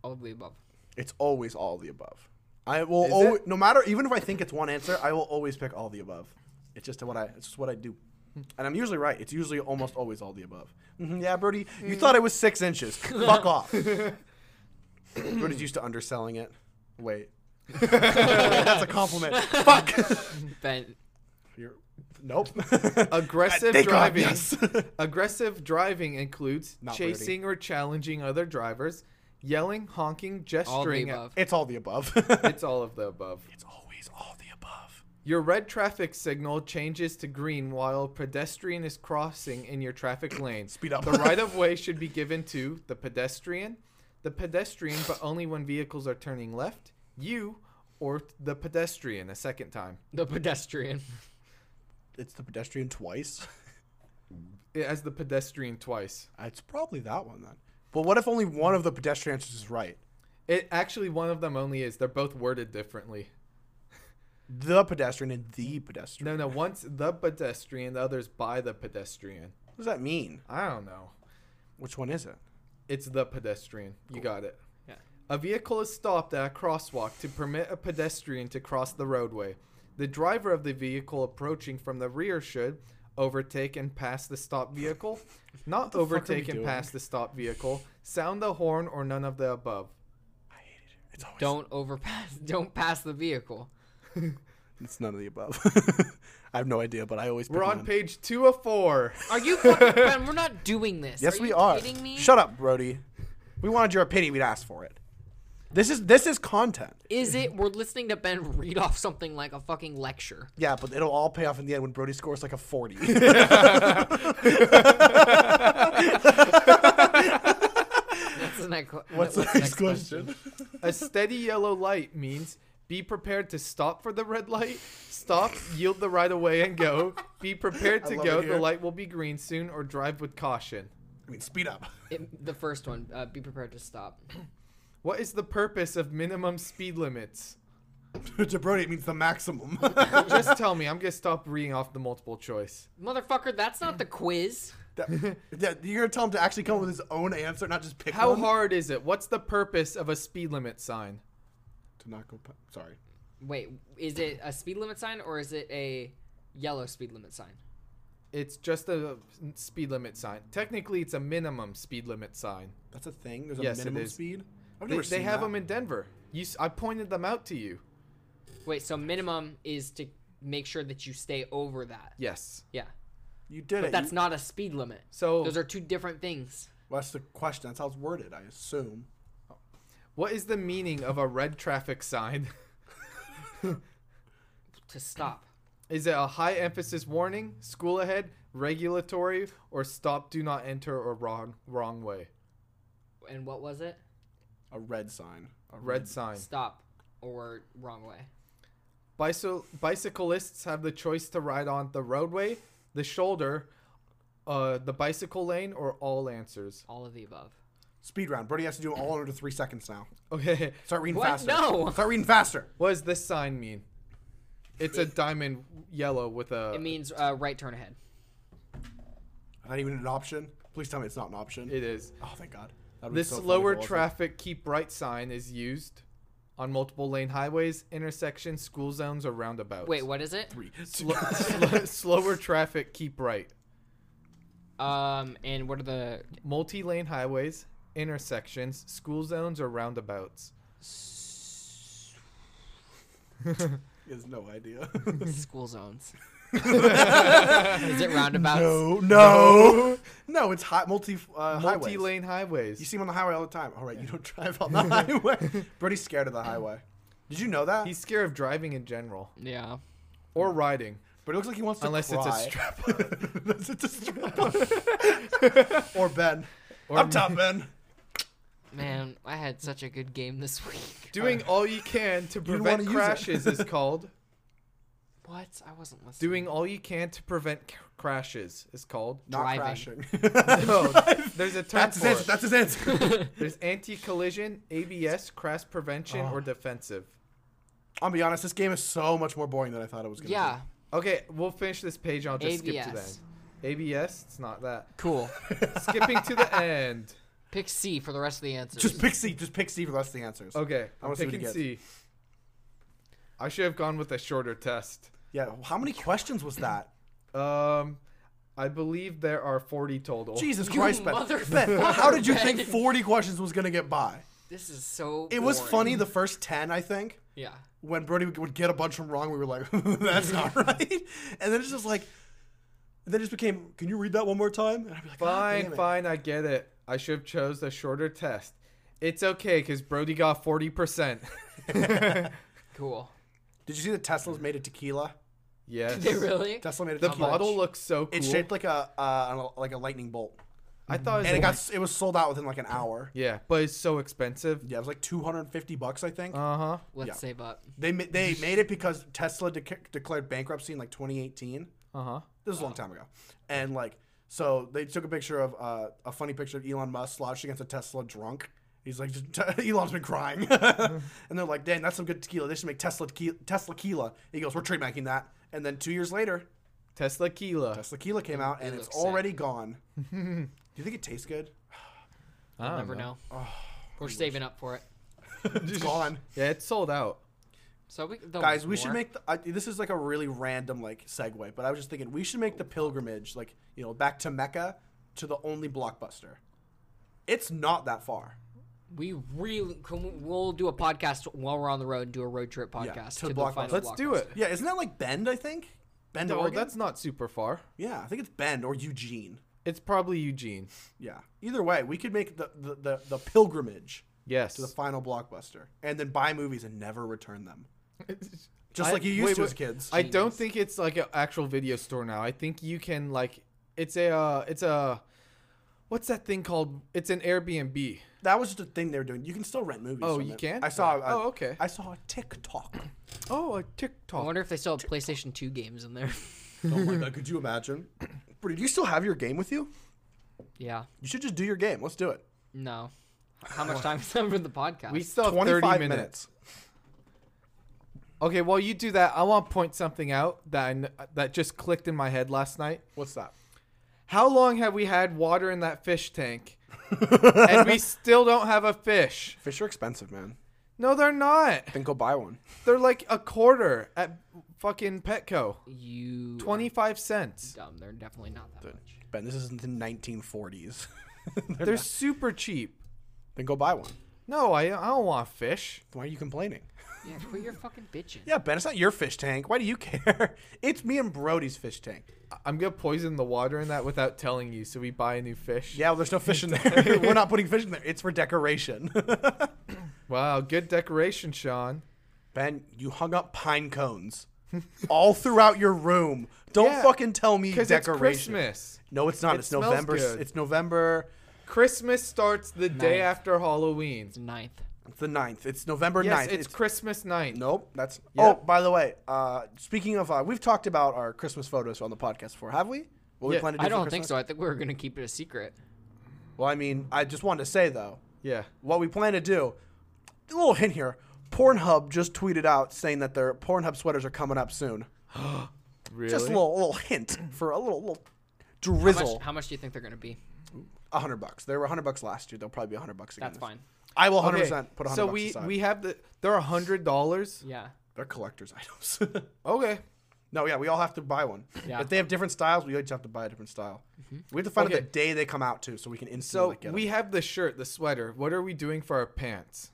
[SPEAKER 3] All of the above.
[SPEAKER 2] It's always all the above. I will
[SPEAKER 1] Is
[SPEAKER 2] always,
[SPEAKER 1] it?
[SPEAKER 2] no matter, even if I think it's one answer, I will always pick all the above. It's just what I, it's just what I do. And I'm usually right. It's usually almost always all the above. Mhm, yeah, Brody, you thought it was six inches. Fuck off. Brody's used to underselling it. Wait. That's a compliment. Fuck.
[SPEAKER 3] Ben,
[SPEAKER 2] You're, nope.
[SPEAKER 1] Aggressive
[SPEAKER 2] Thank God,
[SPEAKER 1] driving.
[SPEAKER 2] yes.
[SPEAKER 1] Aggressive driving includes
[SPEAKER 2] Not flirty.
[SPEAKER 1] chasing or challenging other drivers, yelling, honking,
[SPEAKER 3] all the
[SPEAKER 1] gesturing. at-
[SPEAKER 3] above.
[SPEAKER 2] it's all the above.
[SPEAKER 1] It's all of the above.
[SPEAKER 2] it's always all the above.
[SPEAKER 1] Your red traffic signal changes to green while pedestrian is crossing in your traffic lane.
[SPEAKER 2] Speed up.
[SPEAKER 1] The right of way should be given to the pedestrian, the pedestrian, but only when vehicles are turning left, you, or the pedestrian a second time.
[SPEAKER 3] The pedestrian.
[SPEAKER 2] It's the pedestrian twice.
[SPEAKER 1] It has eh, the pedestrian twice.
[SPEAKER 2] It's probably that one then. But what if only one of the pedestrian answers is right?
[SPEAKER 1] It actually one of them only is. They're both worded differently.
[SPEAKER 2] The pedestrian and the pedestrian.
[SPEAKER 1] No, no. One's the pedestrian, the other's by the pedestrian.
[SPEAKER 2] What does that mean?
[SPEAKER 1] I don't know.
[SPEAKER 2] Which one is it?
[SPEAKER 1] It's the pedestrian. You got it.
[SPEAKER 3] Yeah.
[SPEAKER 1] A vehicle is stopped at a crosswalk to permit a pedestrian to cross the roadway. The driver of the vehicle approaching from the rear should overtake and pass the stopped vehicle, not
[SPEAKER 2] fuck are we
[SPEAKER 1] overtake and
[SPEAKER 2] doing?
[SPEAKER 1] pass the stopped vehicle, sound the horn, or none of the above.
[SPEAKER 2] I hate it. It's always
[SPEAKER 3] Don't overpass. Don't pass the vehicle.
[SPEAKER 2] It's none of the above. I have no idea, but I always.
[SPEAKER 1] We're
[SPEAKER 2] pick
[SPEAKER 1] on
[SPEAKER 2] one.
[SPEAKER 1] page two of four.
[SPEAKER 3] Are you fucking Ben? We're not doing this.
[SPEAKER 2] Yes,
[SPEAKER 3] are
[SPEAKER 2] we
[SPEAKER 3] you
[SPEAKER 2] are.
[SPEAKER 3] Kidding me?
[SPEAKER 2] Shut up, Brody. We wanted your opinion. We'd ask for it. This is this is content.
[SPEAKER 3] Is it? We're listening to Ben read off something like a fucking lecture.
[SPEAKER 2] Yeah, but it'll all pay off in the end when Brody scores like a forty.
[SPEAKER 3] That's the next.
[SPEAKER 2] What's the next question?
[SPEAKER 1] A steady yellow light means be prepared to stop for the red light, stop, yield the right of way, and go. Be prepared
[SPEAKER 2] I
[SPEAKER 1] to
[SPEAKER 2] love
[SPEAKER 1] go.
[SPEAKER 2] it
[SPEAKER 1] The
[SPEAKER 2] here.
[SPEAKER 1] light will be green soon, or drive with caution.
[SPEAKER 2] I mean, speed up.
[SPEAKER 3] It- the first one. Uh, be prepared to stop.
[SPEAKER 1] What is the purpose of minimum speed limits?
[SPEAKER 2] to Brody, it means the maximum.
[SPEAKER 1] Just tell me. I'm gonna stop reading off the multiple choice.
[SPEAKER 3] Motherfucker, that's not the quiz.
[SPEAKER 2] That- that- you're gonna tell him to actually come up with his own answer, not just pick
[SPEAKER 1] How
[SPEAKER 2] one?
[SPEAKER 1] hard is it? What's the purpose of a speed limit sign?
[SPEAKER 2] to not go. pa- Sorry.
[SPEAKER 3] Wait, is it a speed limit sign or is it a yellow speed limit sign?
[SPEAKER 1] It's just a speed limit sign. Technically, it's a minimum speed limit sign.
[SPEAKER 2] That's a thing. There's a
[SPEAKER 1] Yes, it
[SPEAKER 2] minimum
[SPEAKER 1] is.
[SPEAKER 2] speed. I've
[SPEAKER 1] They,
[SPEAKER 2] never
[SPEAKER 1] they
[SPEAKER 2] seen
[SPEAKER 1] have
[SPEAKER 2] that.
[SPEAKER 1] them in Denver. You, s- I pointed them out to you.
[SPEAKER 3] Wait, so minimum is to make sure that you stay over that.
[SPEAKER 1] Yes.
[SPEAKER 3] Yeah.
[SPEAKER 2] You did it.
[SPEAKER 3] But that's
[SPEAKER 2] you,
[SPEAKER 3] not a speed limit.
[SPEAKER 1] So
[SPEAKER 3] Those are two different things.
[SPEAKER 2] well, that's the question. That's how it's worded. I assume.
[SPEAKER 1] What is the meaning of a red traffic sign?
[SPEAKER 3] To stop.
[SPEAKER 1] Is it a high emphasis warning, school ahead, regulatory, or stop, do not enter, or wrong wrong way?
[SPEAKER 3] And what was it?
[SPEAKER 2] A red sign. A
[SPEAKER 1] Red sign.
[SPEAKER 3] Stop or wrong way.
[SPEAKER 1] Bicy- bicyclists have the choice to ride on the roadway, the shoulder, uh, the bicycle lane, or all answers.
[SPEAKER 3] All of the above.
[SPEAKER 2] Speed round. Brody has to do them all under three seconds now.
[SPEAKER 1] Okay,
[SPEAKER 2] Start reading
[SPEAKER 3] What?
[SPEAKER 2] faster.
[SPEAKER 3] No.
[SPEAKER 2] Start reading faster.
[SPEAKER 1] what does this sign mean? It's a diamond yellow with a.
[SPEAKER 3] It means uh, right turn ahead.
[SPEAKER 2] Not even an option. Please tell me it's not an option.
[SPEAKER 1] it is.
[SPEAKER 2] oh, thank God. That
[SPEAKER 1] This slower traffic keep right sign is used on multiple lane highways, intersections, school zones, or roundabouts.
[SPEAKER 3] Wait, what is it?
[SPEAKER 1] Slo- slo- slower traffic keep right.
[SPEAKER 3] Um, and what are the
[SPEAKER 1] Multi lane highways, intersections, school zones, or roundabouts.
[SPEAKER 2] He has no idea.
[SPEAKER 3] school zones? is it roundabouts?
[SPEAKER 2] no, no, no. It's hot multi uh,
[SPEAKER 1] Multi
[SPEAKER 2] highways.
[SPEAKER 1] lane highways.
[SPEAKER 2] You see him on the highway all the time. All right, you don't drive on the highway. Brody's scared of the highway. Did you know that?
[SPEAKER 1] He's scared of driving in general
[SPEAKER 3] Yeah.
[SPEAKER 1] or riding.
[SPEAKER 2] but it looks like he wants to
[SPEAKER 1] Unless it's a
[SPEAKER 2] cry.
[SPEAKER 1] strap
[SPEAKER 2] Unless it's a strap on. or Ben.
[SPEAKER 1] Or
[SPEAKER 2] I'm
[SPEAKER 1] me.
[SPEAKER 2] top Ben.
[SPEAKER 3] Man, I had such a good game this week.
[SPEAKER 1] Doing all you can to
[SPEAKER 2] Uh, wanna
[SPEAKER 1] prevent
[SPEAKER 2] use it.
[SPEAKER 1] crashes is called.
[SPEAKER 3] What? I wasn't listening.
[SPEAKER 1] Doing all you can to prevent c- crashes is called.
[SPEAKER 2] Not
[SPEAKER 3] Driving.
[SPEAKER 2] crashing.
[SPEAKER 1] No, there's a term
[SPEAKER 2] That's
[SPEAKER 1] for
[SPEAKER 2] his answer.
[SPEAKER 1] it.
[SPEAKER 2] That's his answer.
[SPEAKER 1] There's anti-collision, ABS, crash prevention,
[SPEAKER 2] Oh.
[SPEAKER 1] or defensive.
[SPEAKER 2] I'll be honest. This game is so much more boring than I thought it was going to
[SPEAKER 3] Yeah.
[SPEAKER 1] Okay, we'll finish this page. I'll just skip to the end.
[SPEAKER 3] ABS.
[SPEAKER 1] ABS, it's not that.
[SPEAKER 3] Cool.
[SPEAKER 1] Skipping to the end.
[SPEAKER 3] Pick C for the rest of the answers.
[SPEAKER 2] Just pick C. Just pick C for the rest of the answers.
[SPEAKER 1] Okay,
[SPEAKER 2] I
[SPEAKER 1] I'm
[SPEAKER 2] wanna see what he
[SPEAKER 1] picking
[SPEAKER 2] gets.
[SPEAKER 1] C. I should have gone with a shorter test.
[SPEAKER 2] Yeah. How many questions was that?
[SPEAKER 1] Um, I believe there are 40 total.
[SPEAKER 2] Jesus
[SPEAKER 3] You
[SPEAKER 2] Christ, Ben.
[SPEAKER 3] motherfucker,
[SPEAKER 2] Ben, how did you
[SPEAKER 3] Ben.
[SPEAKER 2] think 40 questions was going to get by?
[SPEAKER 3] This is so.
[SPEAKER 2] It was
[SPEAKER 3] boring.
[SPEAKER 2] funny the first 10, I think.
[SPEAKER 3] Yeah.
[SPEAKER 2] When Brody would- would get a bunch of them wrong, we were like, that's not right. And then it's just like, then it just became, can you read that one more time? And I'd be like, "God
[SPEAKER 1] Fine,
[SPEAKER 2] damn it."
[SPEAKER 1] fine, I get it. I should have chose a shorter test. It's okay because Brody got 40%.
[SPEAKER 3] Cool.
[SPEAKER 2] Did you see that Tesla's made a tequila?
[SPEAKER 1] yes.
[SPEAKER 3] They really?
[SPEAKER 2] Tesla made a
[SPEAKER 1] The
[SPEAKER 2] tequila.
[SPEAKER 1] bottle looks so cool.
[SPEAKER 2] It's shaped like a uh, like a lightning bolt,
[SPEAKER 1] I thought it was
[SPEAKER 2] and it
[SPEAKER 1] a-
[SPEAKER 2] got it was sold out within like an hour.
[SPEAKER 1] Yeah, but it's so expensive.
[SPEAKER 2] Yeah, it was like 250 bucks, I think.
[SPEAKER 1] Uh huh.
[SPEAKER 3] Let's
[SPEAKER 2] Yeah.
[SPEAKER 3] save up.
[SPEAKER 2] they ma- they made it because Tesla dec declared bankruptcy in like 2018.
[SPEAKER 1] Uh huh.
[SPEAKER 2] This is a long time ago, and like so they took a picture of uh, a funny picture of Elon Musk slouched against a Tesla drunk. He's like, just, Elon's been crying, and they're like, "Dang, that's some good tequila. They should make Tesla tequila." Tesla tequila. He goes, "We're trademarking that." And then two years later,
[SPEAKER 1] Tesla Keela.
[SPEAKER 2] Tesla tequila came out, and
[SPEAKER 3] It
[SPEAKER 2] it's
[SPEAKER 3] looks sick.
[SPEAKER 2] already gone. Do you think it tastes good?
[SPEAKER 1] I don't
[SPEAKER 3] Never know.
[SPEAKER 2] Oh,
[SPEAKER 3] We're saving up for it.
[SPEAKER 2] It's gone.
[SPEAKER 1] Yeah, it's sold out.
[SPEAKER 3] So we they'll
[SPEAKER 2] guys we
[SPEAKER 3] more.
[SPEAKER 2] should make the, I, this is like a really random like segue but i was just thinking we should make the pilgrimage like you know back to mecca to the only blockbuster it's not that far
[SPEAKER 3] We really can we- we'll do a podcast while we're on the road and do a road trip podcast
[SPEAKER 2] to
[SPEAKER 3] to, the
[SPEAKER 2] Blockbuster.
[SPEAKER 3] final
[SPEAKER 1] Let's do it.
[SPEAKER 2] yeah isn't that like bend i think bend
[SPEAKER 1] No,
[SPEAKER 2] Oregon?
[SPEAKER 1] Oh, that's not super far.
[SPEAKER 2] yeah i think it's bend or eugene
[SPEAKER 1] It's probably Eugene.
[SPEAKER 2] yeah either way we could make the the, the, the pilgrimage
[SPEAKER 1] Yes.
[SPEAKER 2] to the final blockbuster and then buy movies and never return them just
[SPEAKER 1] I-
[SPEAKER 2] like you used
[SPEAKER 1] wait,
[SPEAKER 2] to as
[SPEAKER 1] wait.
[SPEAKER 2] kids
[SPEAKER 1] I don't think it's like an actual video store now. I think you can like it's a uh, it's a what's that thing called? It's an Airbnb.
[SPEAKER 2] that was just a thing they were doing you can still rent movies
[SPEAKER 1] Oh,
[SPEAKER 2] from
[SPEAKER 1] you
[SPEAKER 2] it.
[SPEAKER 1] can?
[SPEAKER 2] i saw I,
[SPEAKER 1] Oh, okay.
[SPEAKER 2] i saw a tiktok
[SPEAKER 1] Oh, a
[SPEAKER 3] I
[SPEAKER 1] TikTok.
[SPEAKER 3] wonder if they still have PlayStation 2 games in there.
[SPEAKER 2] Oh my god, could you imagine? Brody, do you still have your game with you?
[SPEAKER 3] yeah.
[SPEAKER 2] You should just do your game. Let's do it.
[SPEAKER 3] No. H- How much time is that for the podcast?
[SPEAKER 1] we still have
[SPEAKER 2] 25
[SPEAKER 1] thirty minutes.
[SPEAKER 2] minutes.
[SPEAKER 1] Okay, while you do that, I want to point something out that I kn- that just clicked in my head last night.
[SPEAKER 2] What's that?
[SPEAKER 1] How long have we had water in that fish tank, and we still don't have a fish?
[SPEAKER 2] Fish are expensive, man.
[SPEAKER 1] No, they're not.
[SPEAKER 2] Then go buy one.
[SPEAKER 1] They're like a quarter at fucking Petco,
[SPEAKER 3] you
[SPEAKER 1] twenty five cents.
[SPEAKER 3] dumb. They're definitely not that much.
[SPEAKER 2] Ben, this isn't the 1940s. They're
[SPEAKER 1] They're
[SPEAKER 2] not-
[SPEAKER 1] super cheap.
[SPEAKER 2] Then go buy one.
[SPEAKER 1] No, I, I don't want fish.
[SPEAKER 2] Why are you complaining?
[SPEAKER 3] Yeah, quit your fucking bitching.
[SPEAKER 2] Yeah, Ben, it's not your fish tank. Why do you care? It's me and Brody's fish tank.
[SPEAKER 1] I- I'm gonna poison the water in that without telling you, so we buy a new fish.
[SPEAKER 2] Yeah, well, there's no fish in there. We're not putting fish in there. It's for decoration.
[SPEAKER 1] Wow, good decoration, Sean.
[SPEAKER 2] ben, you hung up pine cones all throughout your room. Don't
[SPEAKER 1] Yeah,
[SPEAKER 2] fucking tell me
[SPEAKER 1] Because
[SPEAKER 2] decoration.
[SPEAKER 1] it's Christmas.
[SPEAKER 2] No, it's not.
[SPEAKER 1] It
[SPEAKER 2] it's
[SPEAKER 1] smells
[SPEAKER 2] November.
[SPEAKER 1] good.
[SPEAKER 2] It's November.
[SPEAKER 1] Christmas starts the day
[SPEAKER 3] Ninth.
[SPEAKER 1] after Halloween.
[SPEAKER 3] It's ninth.
[SPEAKER 2] It's the 9th. It's November
[SPEAKER 1] Yes,
[SPEAKER 2] 9th.
[SPEAKER 1] it's, Christmas night.
[SPEAKER 2] Nope, that's.
[SPEAKER 1] Yep.
[SPEAKER 2] Oh, by the way, uh, speaking of, uh, we've talked about our Christmas photos on the podcast before, have we? What we
[SPEAKER 1] Yeah,
[SPEAKER 2] plan to do
[SPEAKER 3] I
[SPEAKER 2] for
[SPEAKER 3] don't think
[SPEAKER 2] Christmas?
[SPEAKER 3] so. I think we were gonna keep it a secret.
[SPEAKER 2] Well, I mean, I just wanted to say though,
[SPEAKER 1] Yeah.
[SPEAKER 2] what we plan to do. A little hint here. Pornhub just tweeted out saying that their Pornhub sweaters are coming up soon.
[SPEAKER 1] Really?
[SPEAKER 2] Just a little, little hint for a little, little
[SPEAKER 3] How
[SPEAKER 2] drizzle.
[SPEAKER 3] much, how much do you think they're gonna be?
[SPEAKER 2] A hundred bucks. They were a hundred bucks last year. They'll probably be a hundred bucks again.
[SPEAKER 3] That's
[SPEAKER 2] this-
[SPEAKER 3] fine.
[SPEAKER 2] I will hundred
[SPEAKER 1] Okay,
[SPEAKER 2] percent put a hundred.
[SPEAKER 1] So
[SPEAKER 2] bucks
[SPEAKER 1] we
[SPEAKER 2] aside.
[SPEAKER 1] we have the they're a hundred dollars.
[SPEAKER 3] Yeah.
[SPEAKER 2] They're collectors' items.
[SPEAKER 1] Okay.
[SPEAKER 2] No, yeah, we all have to buy one.
[SPEAKER 3] Yeah.
[SPEAKER 2] If they have different styles, we each have to buy a different style. We have to find
[SPEAKER 1] Mm-hmm. Okay.
[SPEAKER 2] out the day they come out too, so we can instantly
[SPEAKER 1] So
[SPEAKER 2] like, get
[SPEAKER 1] we
[SPEAKER 2] them.
[SPEAKER 1] have the shirt, the sweater. What are we doing for our pants?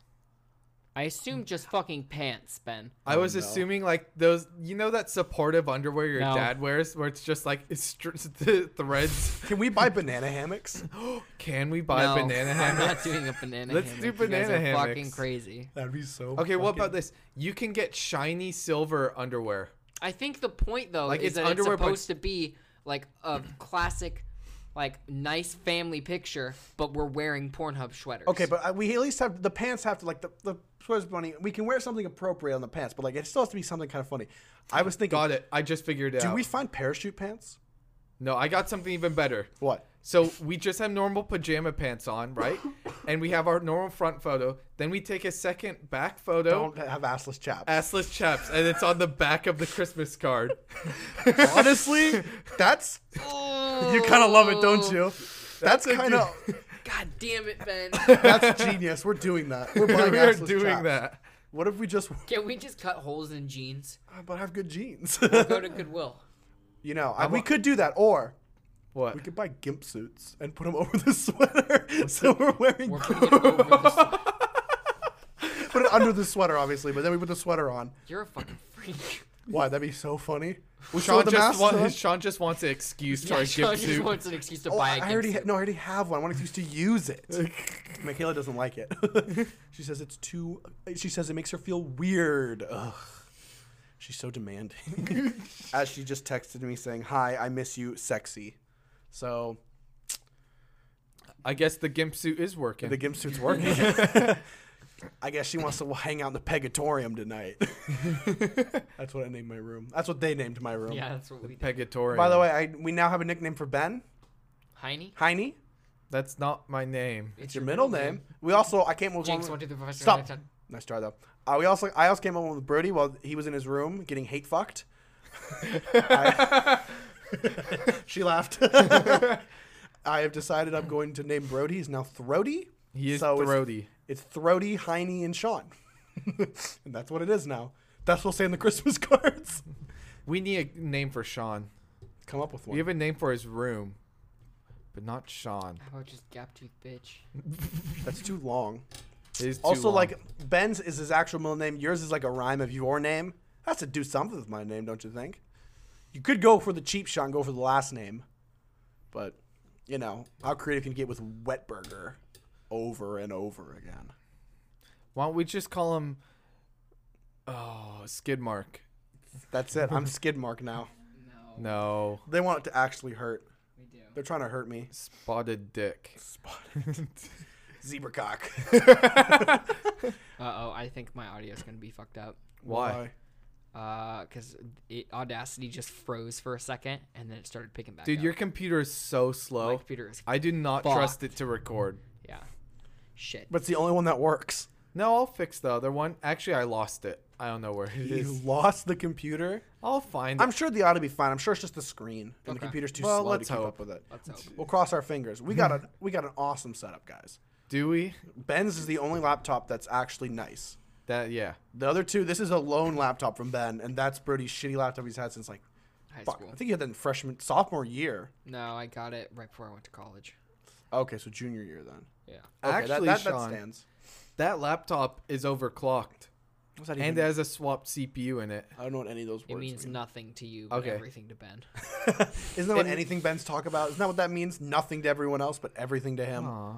[SPEAKER 3] I assume just fucking pants, Ben.
[SPEAKER 1] I was
[SPEAKER 2] Oh, no.
[SPEAKER 1] assuming like those, you know, that supportive underwear your
[SPEAKER 3] No.
[SPEAKER 1] dad wears, where it's just like it's str- the threads.
[SPEAKER 2] Can we buy banana hammocks?
[SPEAKER 1] Can we buy
[SPEAKER 3] no,
[SPEAKER 1] banana
[SPEAKER 3] I'm
[SPEAKER 1] hammock?
[SPEAKER 3] not doing a banana
[SPEAKER 1] Let's
[SPEAKER 3] hammock.
[SPEAKER 1] do
[SPEAKER 3] you guys
[SPEAKER 1] banana
[SPEAKER 3] are Fucking
[SPEAKER 1] hammocks.
[SPEAKER 3] crazy.
[SPEAKER 2] That'd be so.
[SPEAKER 1] Okay, what about this? You can get shiny silver underwear.
[SPEAKER 3] I think the point though
[SPEAKER 1] Like,
[SPEAKER 3] is
[SPEAKER 1] it's
[SPEAKER 3] that it's
[SPEAKER 1] underwear, but-
[SPEAKER 3] supposed to be like a classic, like nice family picture, but we're wearing Pornhub sweaters.
[SPEAKER 2] Okay, but uh, we at least have the pants have to like the the sweaters bunny. We can wear something appropriate on the pants, but like it still has to be something kind of funny. I was thinking,
[SPEAKER 1] Got it. I just figured it
[SPEAKER 2] do
[SPEAKER 1] out.
[SPEAKER 2] we find parachute pants?
[SPEAKER 1] no, I got something even better.
[SPEAKER 2] What?
[SPEAKER 1] So we just have normal pajama pants on, right? and we have our normal front photo. Then we take a second back photo,
[SPEAKER 2] Don't have assless chaps.
[SPEAKER 1] assless chaps, and it's on the back of the Christmas card.
[SPEAKER 2] Honestly, that's you kind of love it, don't you? That's kind of
[SPEAKER 3] Oh, God damn it, Ben.
[SPEAKER 2] that's genius. We're doing that. We're buying
[SPEAKER 1] we are
[SPEAKER 2] assless
[SPEAKER 1] doing
[SPEAKER 2] chaps.
[SPEAKER 1] that.
[SPEAKER 2] What if we just
[SPEAKER 3] Can we just cut holes in jeans?
[SPEAKER 2] but have good jeans?
[SPEAKER 3] Go to Goodwill.
[SPEAKER 2] You know, I, we could do that, or
[SPEAKER 1] What?
[SPEAKER 2] We could buy gimp suits and put them over the sweater, so we're wearing.
[SPEAKER 3] We're putting it over the.
[SPEAKER 2] put it under the sweater, obviously, but then we put the sweater on.
[SPEAKER 3] You're a fucking freak.
[SPEAKER 2] Why? That'd be so funny. We
[SPEAKER 1] Sean
[SPEAKER 2] still have the
[SPEAKER 1] just,
[SPEAKER 2] masks
[SPEAKER 1] want,
[SPEAKER 2] on?
[SPEAKER 1] his, Sean just wants an excuse for
[SPEAKER 3] Yeah,
[SPEAKER 1] a
[SPEAKER 3] Sean
[SPEAKER 1] gift
[SPEAKER 3] just
[SPEAKER 1] suit.
[SPEAKER 3] wants an excuse to
[SPEAKER 2] Oh,
[SPEAKER 3] buy a
[SPEAKER 2] I
[SPEAKER 3] gift
[SPEAKER 2] already
[SPEAKER 3] suit.
[SPEAKER 2] ha- no, I already have one. I want an excuse to use it. Michaela doesn't like it. she says it's too. She says it makes her feel weird. Ugh. She's so demanding. As she just texted me saying, "Hi, I miss you, sexy." So
[SPEAKER 1] I guess the gimp suit is working.
[SPEAKER 2] the gimp suit's working. I guess she wants to hang out in the Pegatorium tonight. That's what I named my room. That's what they named my room.
[SPEAKER 3] Yeah, that's what we did.
[SPEAKER 1] Pegatorium.
[SPEAKER 2] By the way, I, we now have a nickname for Ben
[SPEAKER 3] Heine?
[SPEAKER 2] Heine.
[SPEAKER 1] that's not my name.
[SPEAKER 2] It's your middle name. We also I came up with
[SPEAKER 3] Jinx,
[SPEAKER 2] one.
[SPEAKER 3] one, two, three, four, five, six,
[SPEAKER 2] Stop.
[SPEAKER 3] seven, eight, nine,
[SPEAKER 2] Nice try though. Uh, we also I also came up with Brody while he was in his room getting hate fucked. I- she laughed. I have decided I'm going to name Brody. He's now Throaty.
[SPEAKER 1] He is
[SPEAKER 2] it's-
[SPEAKER 1] throaty.
[SPEAKER 2] It's, Throaty, Heiny, and Sean. and that's what it is now. That's what'll say in the Christmas cards.
[SPEAKER 1] We need a name for Sean.
[SPEAKER 2] Come up with
[SPEAKER 1] We
[SPEAKER 2] one.
[SPEAKER 1] have a name for his room, but not Sean.
[SPEAKER 3] 10. How about Oh, just gap tooth bitch?
[SPEAKER 2] That's too long.
[SPEAKER 1] It is too
[SPEAKER 2] also,
[SPEAKER 1] long.
[SPEAKER 2] like Ben's is his actual middle name. Yours is like a rhyme of your name. Has to do something with my name, don't you think? You could go for the cheap shot and go for the last name, but you know how creative can you get with Wet Burger over and over again?
[SPEAKER 1] why don't we just call him? Oh, Skidmark.
[SPEAKER 2] That's it. I'm Skidmark now.
[SPEAKER 3] No,
[SPEAKER 1] No,
[SPEAKER 2] They want it to actually hurt.
[SPEAKER 3] we do.
[SPEAKER 2] They're trying to hurt me.
[SPEAKER 1] Spotted Dick.
[SPEAKER 2] Spotted zebra cock.
[SPEAKER 3] Uh oh, I think my audio's gonna be fucked up.
[SPEAKER 1] Why?
[SPEAKER 3] Uh, cause it, Audacity just froze for a second and then it started picking back
[SPEAKER 1] Dude,
[SPEAKER 3] up.
[SPEAKER 1] your computer is so slow.
[SPEAKER 3] my computer is
[SPEAKER 1] I do not
[SPEAKER 3] fucked.
[SPEAKER 1] trust it to record.
[SPEAKER 3] yeah, shit.
[SPEAKER 2] But it's the only one that works.
[SPEAKER 1] No, I'll fix the other one. Actually, I lost it. I don't know where it
[SPEAKER 2] You
[SPEAKER 1] is.
[SPEAKER 2] lost the computer.
[SPEAKER 1] I'll find
[SPEAKER 2] I'm
[SPEAKER 1] it.
[SPEAKER 2] sure the audio will be fine. I'm sure it's just the screen and the
[SPEAKER 3] Okay.
[SPEAKER 2] computer's too
[SPEAKER 1] Well,
[SPEAKER 2] slow to
[SPEAKER 1] let's
[SPEAKER 2] keep
[SPEAKER 1] hope.
[SPEAKER 2] up with it.
[SPEAKER 3] Let's hope.
[SPEAKER 2] We'll cross our fingers. We got a we got an awesome setup, guys.
[SPEAKER 1] Do we?
[SPEAKER 2] Ben's is the only laptop that's actually nice.
[SPEAKER 1] That yeah.
[SPEAKER 2] The other two, this is a loan laptop from Ben, and that's Brody's shitty laptop he's had since like
[SPEAKER 3] High
[SPEAKER 2] fuck.
[SPEAKER 3] school.
[SPEAKER 2] I think he had that in freshman sophomore year.
[SPEAKER 3] No, I got it right before I went to college.
[SPEAKER 2] Okay, so junior year then.
[SPEAKER 3] Yeah.
[SPEAKER 2] Okay,
[SPEAKER 1] Actually,
[SPEAKER 2] that, that, that
[SPEAKER 1] Sean,
[SPEAKER 2] stands.
[SPEAKER 1] That laptop is overclocked
[SPEAKER 2] What's that
[SPEAKER 1] and
[SPEAKER 2] even?
[SPEAKER 1] it has a swapped CPU in it.
[SPEAKER 2] I don't know what any of those words
[SPEAKER 3] It means
[SPEAKER 2] mean.
[SPEAKER 3] nothing to you, but
[SPEAKER 1] Okay.
[SPEAKER 3] everything to Ben.
[SPEAKER 2] Isn't that what
[SPEAKER 1] and-
[SPEAKER 2] anything Ben's talk about? Isn't that what that means? Nothing to everyone else, but everything to him.
[SPEAKER 1] Aw.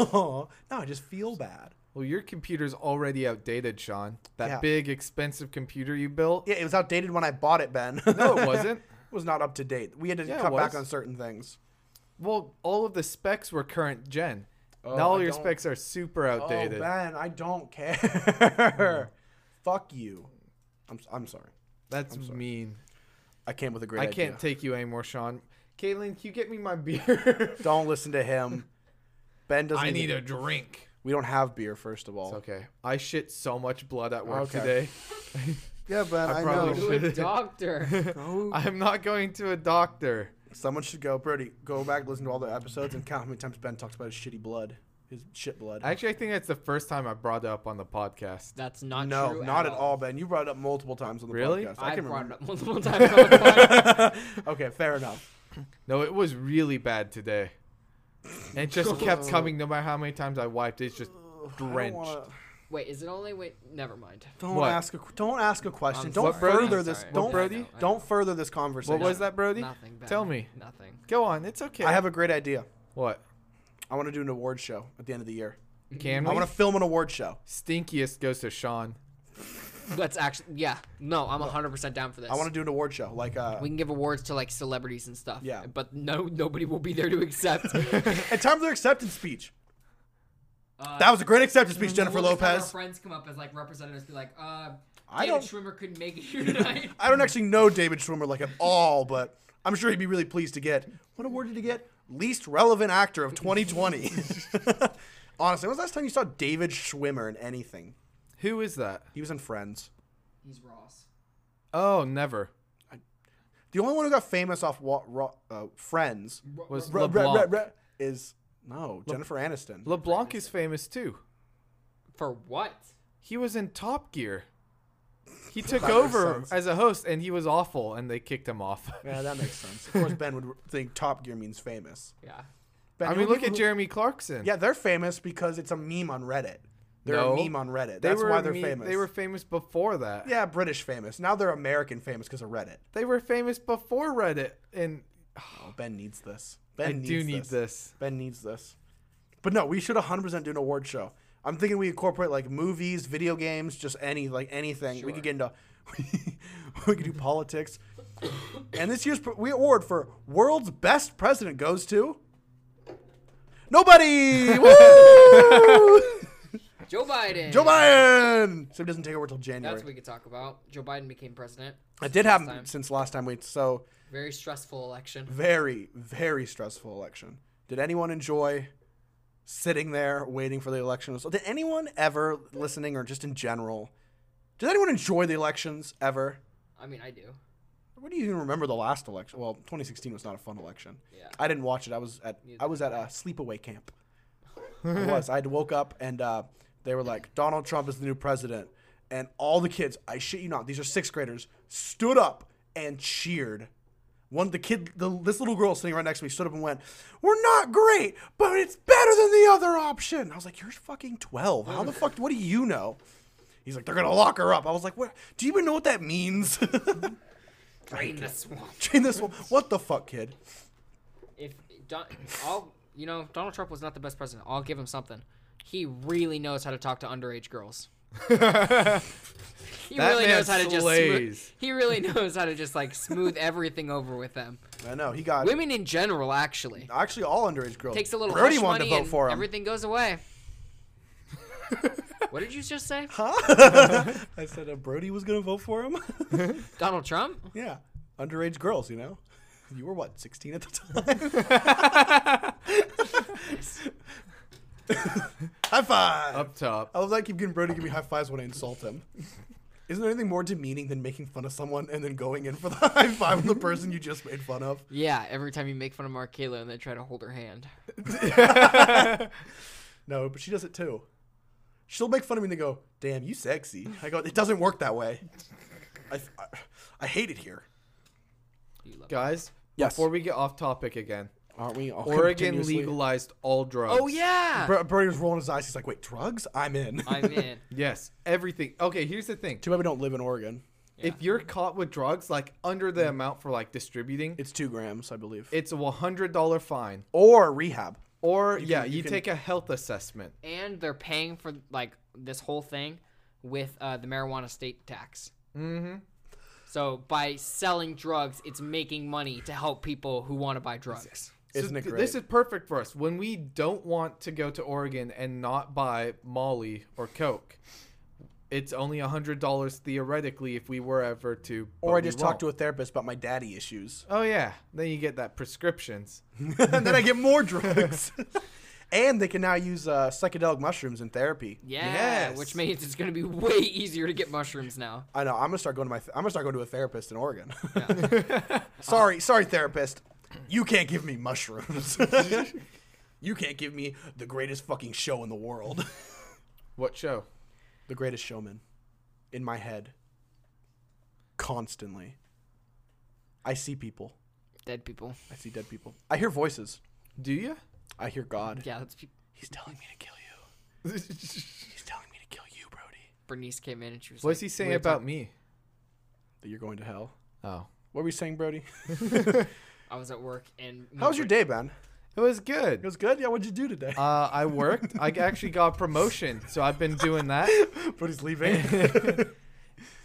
[SPEAKER 2] Oh, no, I just feel bad.
[SPEAKER 1] Well, your computer's already outdated, Sean. That
[SPEAKER 2] Yeah.
[SPEAKER 1] big expensive computer you built.
[SPEAKER 2] Yeah, it was outdated when I bought it, Ben.
[SPEAKER 1] No, it wasn't.
[SPEAKER 2] was not up to date. We had to
[SPEAKER 1] Yeah, it
[SPEAKER 2] cut back
[SPEAKER 1] was.
[SPEAKER 2] on certain things.
[SPEAKER 1] Well, all of the specs were current gen.
[SPEAKER 2] Oh,
[SPEAKER 1] now all
[SPEAKER 2] I
[SPEAKER 1] your
[SPEAKER 2] don't-
[SPEAKER 1] specs are super
[SPEAKER 2] Oh
[SPEAKER 1] outdated. Mm.
[SPEAKER 2] man, I don't care. Fuck you. I'm s- I'm sorry.
[SPEAKER 1] That's
[SPEAKER 2] I'm sorry.
[SPEAKER 1] mean.
[SPEAKER 2] I came with a great
[SPEAKER 1] I
[SPEAKER 2] idea.
[SPEAKER 1] can't take you anymore, Sean. Caitlin, can you get me my beer?
[SPEAKER 2] don't listen to him. Ben doesn't.
[SPEAKER 1] I
[SPEAKER 2] even-
[SPEAKER 1] need a drink.
[SPEAKER 2] We don't have beer, first of all.
[SPEAKER 1] It's okay. I shit so much blood at work
[SPEAKER 2] Okay.
[SPEAKER 1] today.
[SPEAKER 2] Yeah, Ben. I,
[SPEAKER 1] I
[SPEAKER 2] know.
[SPEAKER 1] probably
[SPEAKER 3] to a doctor.
[SPEAKER 2] Go-
[SPEAKER 1] I'm not going to a doctor.
[SPEAKER 2] Someone should go. Brody, go back, listen to all the episodes, and count how many times Ben talks about his shitty blood, his shit blood.
[SPEAKER 1] Actually, I think that's the first time I brought it up on the podcast.
[SPEAKER 3] That's not
[SPEAKER 2] no,
[SPEAKER 3] true.
[SPEAKER 2] not at all. Ben. You brought it up multiple times on the
[SPEAKER 1] Really?
[SPEAKER 2] podcast.
[SPEAKER 3] I,
[SPEAKER 2] can
[SPEAKER 3] brought it
[SPEAKER 2] remember.
[SPEAKER 3] up multiple times. on the podcast.
[SPEAKER 2] okay, fair enough.
[SPEAKER 1] No, it was really bad today. And it just kept coming no matter how many times I wiped. It's just
[SPEAKER 2] I don't,
[SPEAKER 1] drenched.
[SPEAKER 2] wanna-
[SPEAKER 3] Wait, is it only? Wait, never mind.
[SPEAKER 2] don't
[SPEAKER 1] What?
[SPEAKER 2] ask a don't ask a question.
[SPEAKER 3] I'm
[SPEAKER 2] don't
[SPEAKER 1] sorry. Um, What, Brody?
[SPEAKER 2] further
[SPEAKER 3] I'm
[SPEAKER 2] this.
[SPEAKER 3] sorry.
[SPEAKER 2] Don't
[SPEAKER 1] Brody? I know,
[SPEAKER 3] I know.
[SPEAKER 2] Don't further this conversation.
[SPEAKER 1] What was that, Brody?
[SPEAKER 3] Nothing. Ben.
[SPEAKER 1] Tell me.
[SPEAKER 3] Nothing.
[SPEAKER 1] Go on. It's okay.
[SPEAKER 2] I have a great idea.
[SPEAKER 1] what?
[SPEAKER 2] I want to do an award show at the end of the year.
[SPEAKER 1] Can we?
[SPEAKER 2] I want to film an award show.
[SPEAKER 1] Stinkiest goes to Sean.
[SPEAKER 3] Let's actually. Yeah. No, I'm 100 percent down for this.
[SPEAKER 2] I want to do an award show. Like, uh,
[SPEAKER 3] We can give awards to like celebrities and stuff.
[SPEAKER 2] Yeah.
[SPEAKER 3] But no, nobody will be there to accept. Uh,
[SPEAKER 2] and time for their acceptance speech.
[SPEAKER 1] Uh,
[SPEAKER 2] that was a great acceptance speech, Jennifer
[SPEAKER 3] We'll just have Our
[SPEAKER 2] Lopez.
[SPEAKER 3] friends come up as like representatives, be like, uh,
[SPEAKER 2] I
[SPEAKER 3] David
[SPEAKER 2] don't-
[SPEAKER 3] Schwimmer couldn't make it here tonight.
[SPEAKER 2] I don't actually know David Schwimmer like at all, but I'm sure he'd be really pleased to get. What award did he get? Least relevant actor of 2020. Honestly, when was the last time you saw David Schwimmer in anything?
[SPEAKER 1] Who is that?
[SPEAKER 2] He was in Friends.
[SPEAKER 3] He's Ross.
[SPEAKER 1] Oh, never.
[SPEAKER 2] The only one who got famous off wa- Ra- uh, Friends
[SPEAKER 1] Was
[SPEAKER 2] Ra- ra-
[SPEAKER 1] LeBlanc.
[SPEAKER 2] ra- ra- is no Jennifer Aniston.
[SPEAKER 1] LeBlanc is famous too.
[SPEAKER 3] For what?
[SPEAKER 1] He was in Top Gear. He took
[SPEAKER 2] That makes
[SPEAKER 1] over
[SPEAKER 2] sense.
[SPEAKER 1] as a host and he was awful and they kicked him off.
[SPEAKER 2] Yeah, that makes sense. Of course, Ben would think Top Gear means famous.
[SPEAKER 3] Yeah.
[SPEAKER 2] Ben,
[SPEAKER 1] I
[SPEAKER 2] who-
[SPEAKER 1] mean, look
[SPEAKER 2] who-
[SPEAKER 1] at Jeremy Clarkson.
[SPEAKER 2] Yeah, they're famous because it's a meme on Reddit. They're
[SPEAKER 1] No.
[SPEAKER 2] a meme on Reddit.
[SPEAKER 1] They
[SPEAKER 2] That's
[SPEAKER 1] were
[SPEAKER 2] why they're
[SPEAKER 1] me-
[SPEAKER 2] famous.
[SPEAKER 1] They were famous before that.
[SPEAKER 2] yeah, British famous. Now they're American famous because of Reddit.
[SPEAKER 1] They were famous before Reddit and
[SPEAKER 2] Oh, Ben needs this. Ben
[SPEAKER 1] I
[SPEAKER 2] needs
[SPEAKER 1] do
[SPEAKER 2] this.
[SPEAKER 1] need this.
[SPEAKER 2] Ben needs this. But no, we should 100% do an award show. I'm thinking we incorporate like movies, video games, just any like anything. We
[SPEAKER 3] Sure.
[SPEAKER 2] could get into we could do politics. And this year's pr- we award for world's best president goes to nobody. Woo!
[SPEAKER 3] Joe Biden.
[SPEAKER 2] Joe Biden. So he doesn't take over till January.
[SPEAKER 3] That's what we could talk about. Joe Biden became president.
[SPEAKER 2] It did
[SPEAKER 3] Last
[SPEAKER 2] happen
[SPEAKER 3] time.
[SPEAKER 2] since last time we so
[SPEAKER 3] Very stressful election.
[SPEAKER 2] very very stressful election. Did anyone enjoy sitting there waiting for the election result? Did anyone ever listening or just in general? Did anyone enjoy the elections ever?
[SPEAKER 3] I mean, I do.
[SPEAKER 2] What do you even remember the last election? Well, 2016 was not a fun election.
[SPEAKER 3] Yeah.
[SPEAKER 2] I didn't watch it. I was at I was at a sleepaway camp. it was. I had woke up and uh, they were like, Donald Trump is the new president, and all the kids, I shit you not, these are sixth graders, stood up and cheered. One the kid, the, this little girl sitting right next to me, stood up and went, "We're not great, but it's better than the other option." I was like, "You're fucking 12. How the fuck? What do you know?" He's like, "They're gonna lock her up." I was like, "What? Do you even know what that means?"
[SPEAKER 3] Drain the swamp.
[SPEAKER 2] Train this one. What the fuck, kid?
[SPEAKER 3] If Don, I'll, you know, Donald Trump was not the best president. I'll give him something. He really knows how to talk to underage girls. He
[SPEAKER 1] That
[SPEAKER 3] really
[SPEAKER 1] man
[SPEAKER 3] knows how to just. Smooth,
[SPEAKER 1] slays.
[SPEAKER 3] he really knows how to just like smooth everything over with them.
[SPEAKER 2] I know he got
[SPEAKER 3] Women in general, actually,
[SPEAKER 2] actually all underage girls.
[SPEAKER 3] takes a little
[SPEAKER 2] Brody
[SPEAKER 3] hush
[SPEAKER 2] wanted
[SPEAKER 3] money
[SPEAKER 2] to vote
[SPEAKER 3] and
[SPEAKER 2] for him.
[SPEAKER 3] everything goes away. what did you just say?
[SPEAKER 2] Huh? I said uh, Brody was gonna vote for him.
[SPEAKER 3] Donald Trump?
[SPEAKER 2] yeah, underage girls. You know, you were what 16 at the time. high five.
[SPEAKER 1] Up top.
[SPEAKER 2] I love that I keep getting Brody to give me high fives when I insult him. Isn't there anything more demeaning than making fun of someone and then going in for the high five on the person you just made fun of?
[SPEAKER 3] Yeah, every time you make fun of Markayla and then try to hold her hand.
[SPEAKER 2] No, but she does it too. She'll make fun of me and they go, "Damn, you sexy." I go, "It doesn't work that way." I, I, I hate it here.
[SPEAKER 3] You love
[SPEAKER 1] Guys,
[SPEAKER 2] Yes.
[SPEAKER 1] before we get off topic again,
[SPEAKER 2] Aren't we? All
[SPEAKER 1] Oregon legalized all drugs.
[SPEAKER 3] Oh yeah.
[SPEAKER 2] Bro, Brody was rolling his eyes. He's like, "Wait, drugs? I'm in."
[SPEAKER 3] I'm in.
[SPEAKER 1] Yes, everything. Okay, here's the thing.
[SPEAKER 2] Too bad we don't live in Oregon.
[SPEAKER 1] If you're caught with drugs, like under
[SPEAKER 2] Mm-hmm.
[SPEAKER 1] the amount for like distributing,
[SPEAKER 2] It's two grams, I believe,
[SPEAKER 1] it's a $100 fine.
[SPEAKER 2] or rehab.
[SPEAKER 1] Or, yeah,
[SPEAKER 2] you
[SPEAKER 1] you
[SPEAKER 2] can-
[SPEAKER 1] take a health assessment.
[SPEAKER 3] And they're paying for like this whole thing with uh, the marijuana state tax. Mm-hmm. So by selling drugs, it's making money to help people who want to buy drugs.
[SPEAKER 1] So
[SPEAKER 2] Isn't it
[SPEAKER 1] th-
[SPEAKER 2] great?
[SPEAKER 1] This is perfect for us when we don't want to go to Oregon and not buy Molly or Coke. It's only hundred dollars theoretically if we were ever to.
[SPEAKER 2] or I just talked to a therapist about my daddy issues,
[SPEAKER 1] Oh yeah, then you get that prescriptions.
[SPEAKER 2] and then I get more drugs. and they can now use uh, psychedelic mushrooms in therapy.
[SPEAKER 3] Yeah,
[SPEAKER 1] Yes.
[SPEAKER 3] which means it's gonna be way easier to get mushrooms now.
[SPEAKER 2] I know. I'm gonna start going to my. Th- I'm gonna start going to a therapist in Oregon. sorry, sorry, therapist. You can't give me mushrooms. you can't give me the greatest fucking show in the world.
[SPEAKER 1] What show?
[SPEAKER 2] the greatest showman, in my head. Constantly. I see people.
[SPEAKER 3] Dead people.
[SPEAKER 2] I see dead people. I hear voices.
[SPEAKER 1] Do you?
[SPEAKER 2] I hear God.
[SPEAKER 3] Yeah, that's pe-
[SPEAKER 2] He's telling me to kill you. He's telling me to kill you, Brody.
[SPEAKER 3] Bernice came in and she was
[SPEAKER 1] What's
[SPEAKER 3] like,
[SPEAKER 1] he saying
[SPEAKER 3] we were
[SPEAKER 1] about me?
[SPEAKER 2] That you're going to hell.
[SPEAKER 1] Oh,
[SPEAKER 2] What were you saying, Brody?
[SPEAKER 3] talk- I was at work and
[SPEAKER 2] How was your day, Ben?
[SPEAKER 1] it was
[SPEAKER 2] It
[SPEAKER 1] good.
[SPEAKER 2] was good. Yeah. What'd you do today?
[SPEAKER 1] Uh, I worked. I actually got a promotion, so I've been doing that.
[SPEAKER 2] Brody's leaving.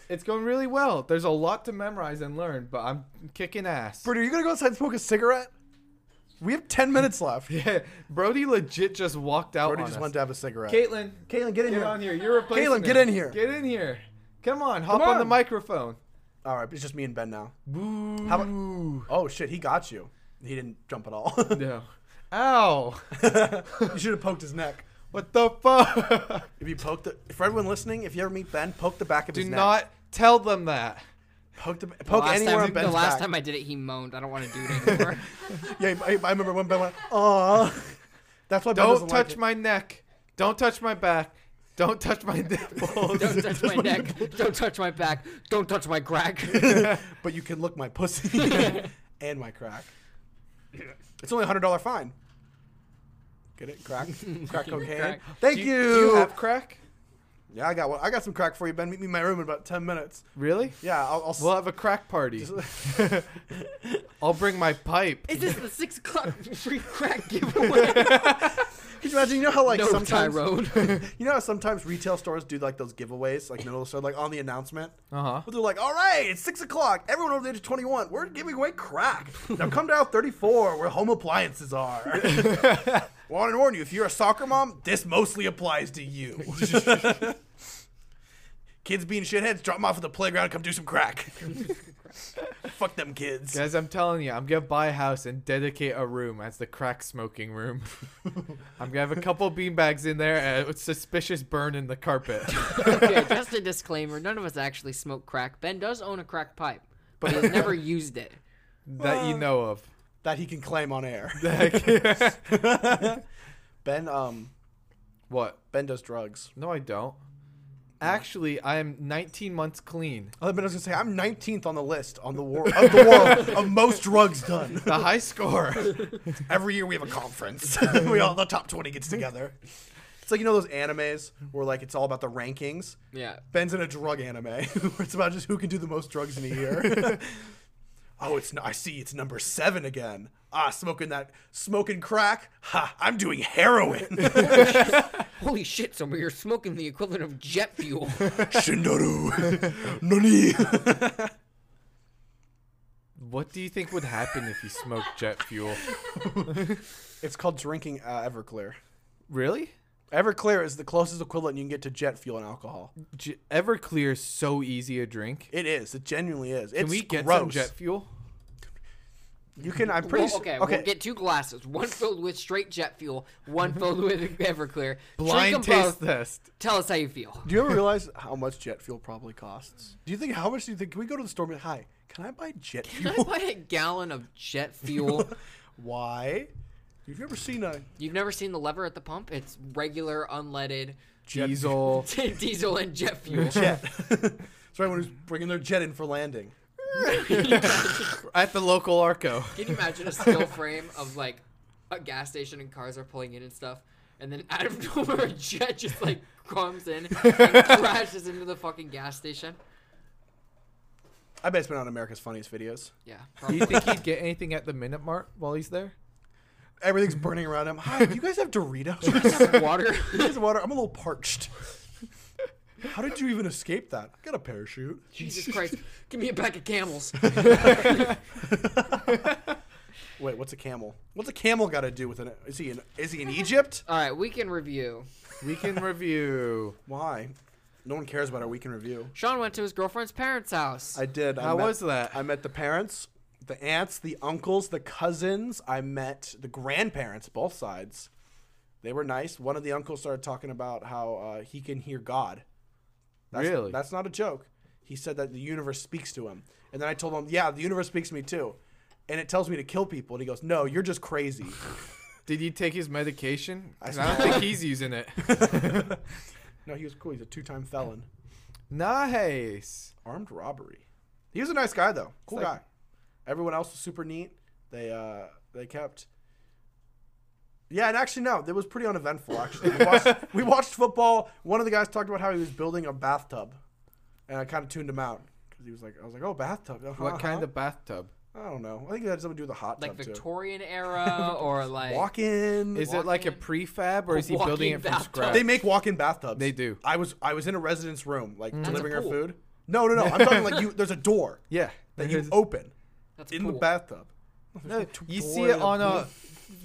[SPEAKER 1] It's going really well. There's a lot to memorize and learn, but I'm kicking ass.
[SPEAKER 2] Brody, are you gonna go outside and smoke a cigarette? We have ten minutes left.
[SPEAKER 1] Brody legit just walked out.
[SPEAKER 2] Brody
[SPEAKER 1] on
[SPEAKER 2] just
[SPEAKER 1] us.
[SPEAKER 2] wanted to have a cigarette.
[SPEAKER 1] Caitlin,
[SPEAKER 2] Caitlin, get in
[SPEAKER 1] Get
[SPEAKER 2] here.
[SPEAKER 1] on here. You're replacing.
[SPEAKER 2] Caitlin, get
[SPEAKER 1] him.
[SPEAKER 2] in here.
[SPEAKER 1] Get in here. Come on, hop
[SPEAKER 2] Come
[SPEAKER 1] on. the
[SPEAKER 2] on.
[SPEAKER 1] microphone.
[SPEAKER 2] All right, it's just me and Ben now.
[SPEAKER 1] Boo.
[SPEAKER 2] How about? Oh shit, he got you. He didn't jump at all.
[SPEAKER 1] No. Ow.
[SPEAKER 2] you should have poked his neck.
[SPEAKER 1] What the fuck?
[SPEAKER 2] If you poke the, for everyone listening, if you ever meet Ben, poke the back of
[SPEAKER 1] Do
[SPEAKER 2] his
[SPEAKER 1] not tell them that.
[SPEAKER 2] neck. Poke the
[SPEAKER 3] The
[SPEAKER 2] poke
[SPEAKER 3] last,
[SPEAKER 2] anywhere
[SPEAKER 3] time,
[SPEAKER 2] on Ben's
[SPEAKER 3] the last
[SPEAKER 2] back.
[SPEAKER 3] time I did it, he moaned. I don't want to do it anymore.
[SPEAKER 2] yeah, I, I remember when Ben went, "Aw." That's why Ben
[SPEAKER 1] Don't
[SPEAKER 2] doesn't
[SPEAKER 1] touch
[SPEAKER 2] like it.
[SPEAKER 1] my neck. Don't touch my back. Don't touch my nipples.
[SPEAKER 3] Don't touch my neck. Don't touch my back. Don't touch my crack.
[SPEAKER 2] but you can look my pussy and my crack. It's only a hundred dollar fine. Get it? Crack, crack cocaine.
[SPEAKER 3] Crack.
[SPEAKER 2] Thank
[SPEAKER 1] Do
[SPEAKER 2] you.
[SPEAKER 1] Do you have crack?
[SPEAKER 2] yeah, I got one. I got some crack for you, Ben. Meet me in my room in about ten minutes.
[SPEAKER 1] Really?
[SPEAKER 2] Yeah, I'll. I'll s-
[SPEAKER 1] We'll have a crack party. I'll bring my pipe.
[SPEAKER 3] Is this the six o'clock free crack giveaway?
[SPEAKER 2] Could you imagine? You know how like
[SPEAKER 3] no,
[SPEAKER 2] sometimes
[SPEAKER 3] Tyrone.
[SPEAKER 2] you know how sometimes retail stores do like those giveaways, like middle of the store, like on the announcement.
[SPEAKER 1] Uh huh.
[SPEAKER 2] But they're like, all right, it's six o'clock. Everyone over the age of 21, we're giving away crack. Now come down 34, where home appliances are. Want to warn you, if you're a soccer mom, this mostly applies to you. kids being shitheads, drop them off at the playground, come do some crack. Fuck them kids.
[SPEAKER 1] Guys, I'm telling you, I'm gonna buy a house and dedicate a room as the crack smoking room. I'm gonna have a couple beanbags in there and a suspicious burn in the carpet.
[SPEAKER 3] okay, just a disclaimer. None of us actually smoke crack. Ben does own a crack pipe, but he's never used it.
[SPEAKER 1] that you know of.
[SPEAKER 2] That he can claim on air. ben, um,
[SPEAKER 1] What?
[SPEAKER 2] Ben does drugs.
[SPEAKER 1] No, I don't. Actually, I am 19 months clean.
[SPEAKER 2] Oh, I was gonna say I'm 19th on the list on the war of the world of most drugs done.
[SPEAKER 1] The high score.
[SPEAKER 2] Every year we have a conference. we all the top twenty gets together. It's like you know those animes where like it's all about the rankings.
[SPEAKER 3] Yeah.
[SPEAKER 2] Ben's in a drug anime where it's about just who can do the most drugs in a year. oh, it's n- I see it's number seven again. Ah, smoking that smoking crack. Ha! I'm doing heroin.
[SPEAKER 3] Holy shit, Summer, you're smoking the equivalent of jet fuel.
[SPEAKER 2] Shindaru, nani?
[SPEAKER 1] what do you think would happen if you smoked jet fuel?
[SPEAKER 2] It's called drinking uh, Everclear.
[SPEAKER 1] Really?
[SPEAKER 2] Everclear is the closest equivalent you can get to jet fuel and alcohol.
[SPEAKER 1] J- Everclear is so easy a drink.
[SPEAKER 2] It is. It genuinely is. It's
[SPEAKER 1] Can we get
[SPEAKER 2] gross.
[SPEAKER 1] some jet fuel?
[SPEAKER 2] You can. I'm pretty.
[SPEAKER 3] Well,
[SPEAKER 2] sure.
[SPEAKER 3] okay,
[SPEAKER 2] okay.
[SPEAKER 3] we'll get two glasses. One filled with straight jet fuel, one filled with Everclear.
[SPEAKER 1] Blind
[SPEAKER 3] Drink 'em
[SPEAKER 1] taste
[SPEAKER 3] both.
[SPEAKER 1] test.
[SPEAKER 3] Tell us how you feel.
[SPEAKER 2] do you ever realize how much jet fuel probably costs? Do you think how much do you think? Can we go to the store and be like, hi? Can I buy jet
[SPEAKER 3] Can
[SPEAKER 2] fuel?
[SPEAKER 3] I buy a gallon of jet fuel?
[SPEAKER 2] Why? Have you ever seen a
[SPEAKER 3] You've never seen the lever at the pump? It's regular, unleaded
[SPEAKER 2] Jet-
[SPEAKER 1] Diesel.
[SPEAKER 3] diesel and jet fuel.
[SPEAKER 2] jet? It's right when he's bringing their jet in for landing.
[SPEAKER 1] At the local Arco.
[SPEAKER 3] Can you imagine a still frame of like a gas station and cars are pulling in and stuff, and then out of nowhere a jet just like comes in and crashes into the fucking gas station?
[SPEAKER 2] I bet it's been on America's Funniest Videos.
[SPEAKER 3] Yeah,
[SPEAKER 1] Do
[SPEAKER 3] probably.
[SPEAKER 1] you think he'd get anything at the Minute Mart while he's there?
[SPEAKER 2] Everything's burning around him. Hi, do you guys have Doritos?
[SPEAKER 3] water.
[SPEAKER 2] Here's water. I'm a little parched. How did you even escape that? I got a parachute.
[SPEAKER 3] Jesus Christ, give me a pack of camels.
[SPEAKER 2] Wait, what's a camel? What's a camel got to do with an? Is he in? Is he in Egypt?
[SPEAKER 3] All right, we can review.
[SPEAKER 1] We can review.
[SPEAKER 2] Why? No one cares about our weekend review.
[SPEAKER 3] Sean went to his girlfriend's parents' house.
[SPEAKER 2] I did. I
[SPEAKER 1] How
[SPEAKER 2] met-
[SPEAKER 1] was that?
[SPEAKER 2] I met the parents, the aunts, the uncles, the cousins. I met the grandparents, both sides. They were nice. One of the uncles started talking about how uh, he can hear God. That's,
[SPEAKER 1] Really?
[SPEAKER 2] That's not a joke. He said that the universe speaks to him. And then I told him, yeah, the universe speaks to me too. And it tells me to kill people. And he goes, no, you're just crazy.
[SPEAKER 1] Did he take his medication? 'Cause I don't think he's using it.
[SPEAKER 2] no, he was cool. He's a two time felon.
[SPEAKER 1] Nice.
[SPEAKER 2] armed robbery. He was a nice guy though, cool
[SPEAKER 1] It's
[SPEAKER 2] guy.
[SPEAKER 1] like-
[SPEAKER 2] Everyone else was super neat. They uh they kept. Yeah, and actually no, it was pretty uneventful. Actually, we watched, we watched football. One of the guys talked about how he was building a bathtub, and I kind of tuned him out because he was like, I was like, oh bathtub. uh-huh,
[SPEAKER 1] What kind
[SPEAKER 2] uh-huh."
[SPEAKER 1] of bathtub?
[SPEAKER 2] I don't know. I think it had something to do with the hot
[SPEAKER 3] like
[SPEAKER 2] tub too.
[SPEAKER 3] Victorian era or like
[SPEAKER 2] Walk in.
[SPEAKER 1] Is it like a prefab or is he
[SPEAKER 3] Walk-in
[SPEAKER 1] building it from
[SPEAKER 3] bathtub.
[SPEAKER 1] scratch?
[SPEAKER 2] They make walk-in bathtubs.
[SPEAKER 1] They do.
[SPEAKER 2] I was I was in a resident's room, like
[SPEAKER 3] a
[SPEAKER 2] delivering our
[SPEAKER 3] pool.
[SPEAKER 2] food. No, no, no. I'm talking like you. There's a door
[SPEAKER 1] yeah.
[SPEAKER 2] that you
[SPEAKER 1] There's-
[SPEAKER 2] open
[SPEAKER 3] That's
[SPEAKER 2] in the
[SPEAKER 3] cool.
[SPEAKER 2] bathtub.
[SPEAKER 1] no,
[SPEAKER 2] There's
[SPEAKER 1] Uh, you
[SPEAKER 2] door
[SPEAKER 1] see it
[SPEAKER 2] in the
[SPEAKER 1] on
[SPEAKER 2] pool.
[SPEAKER 1] a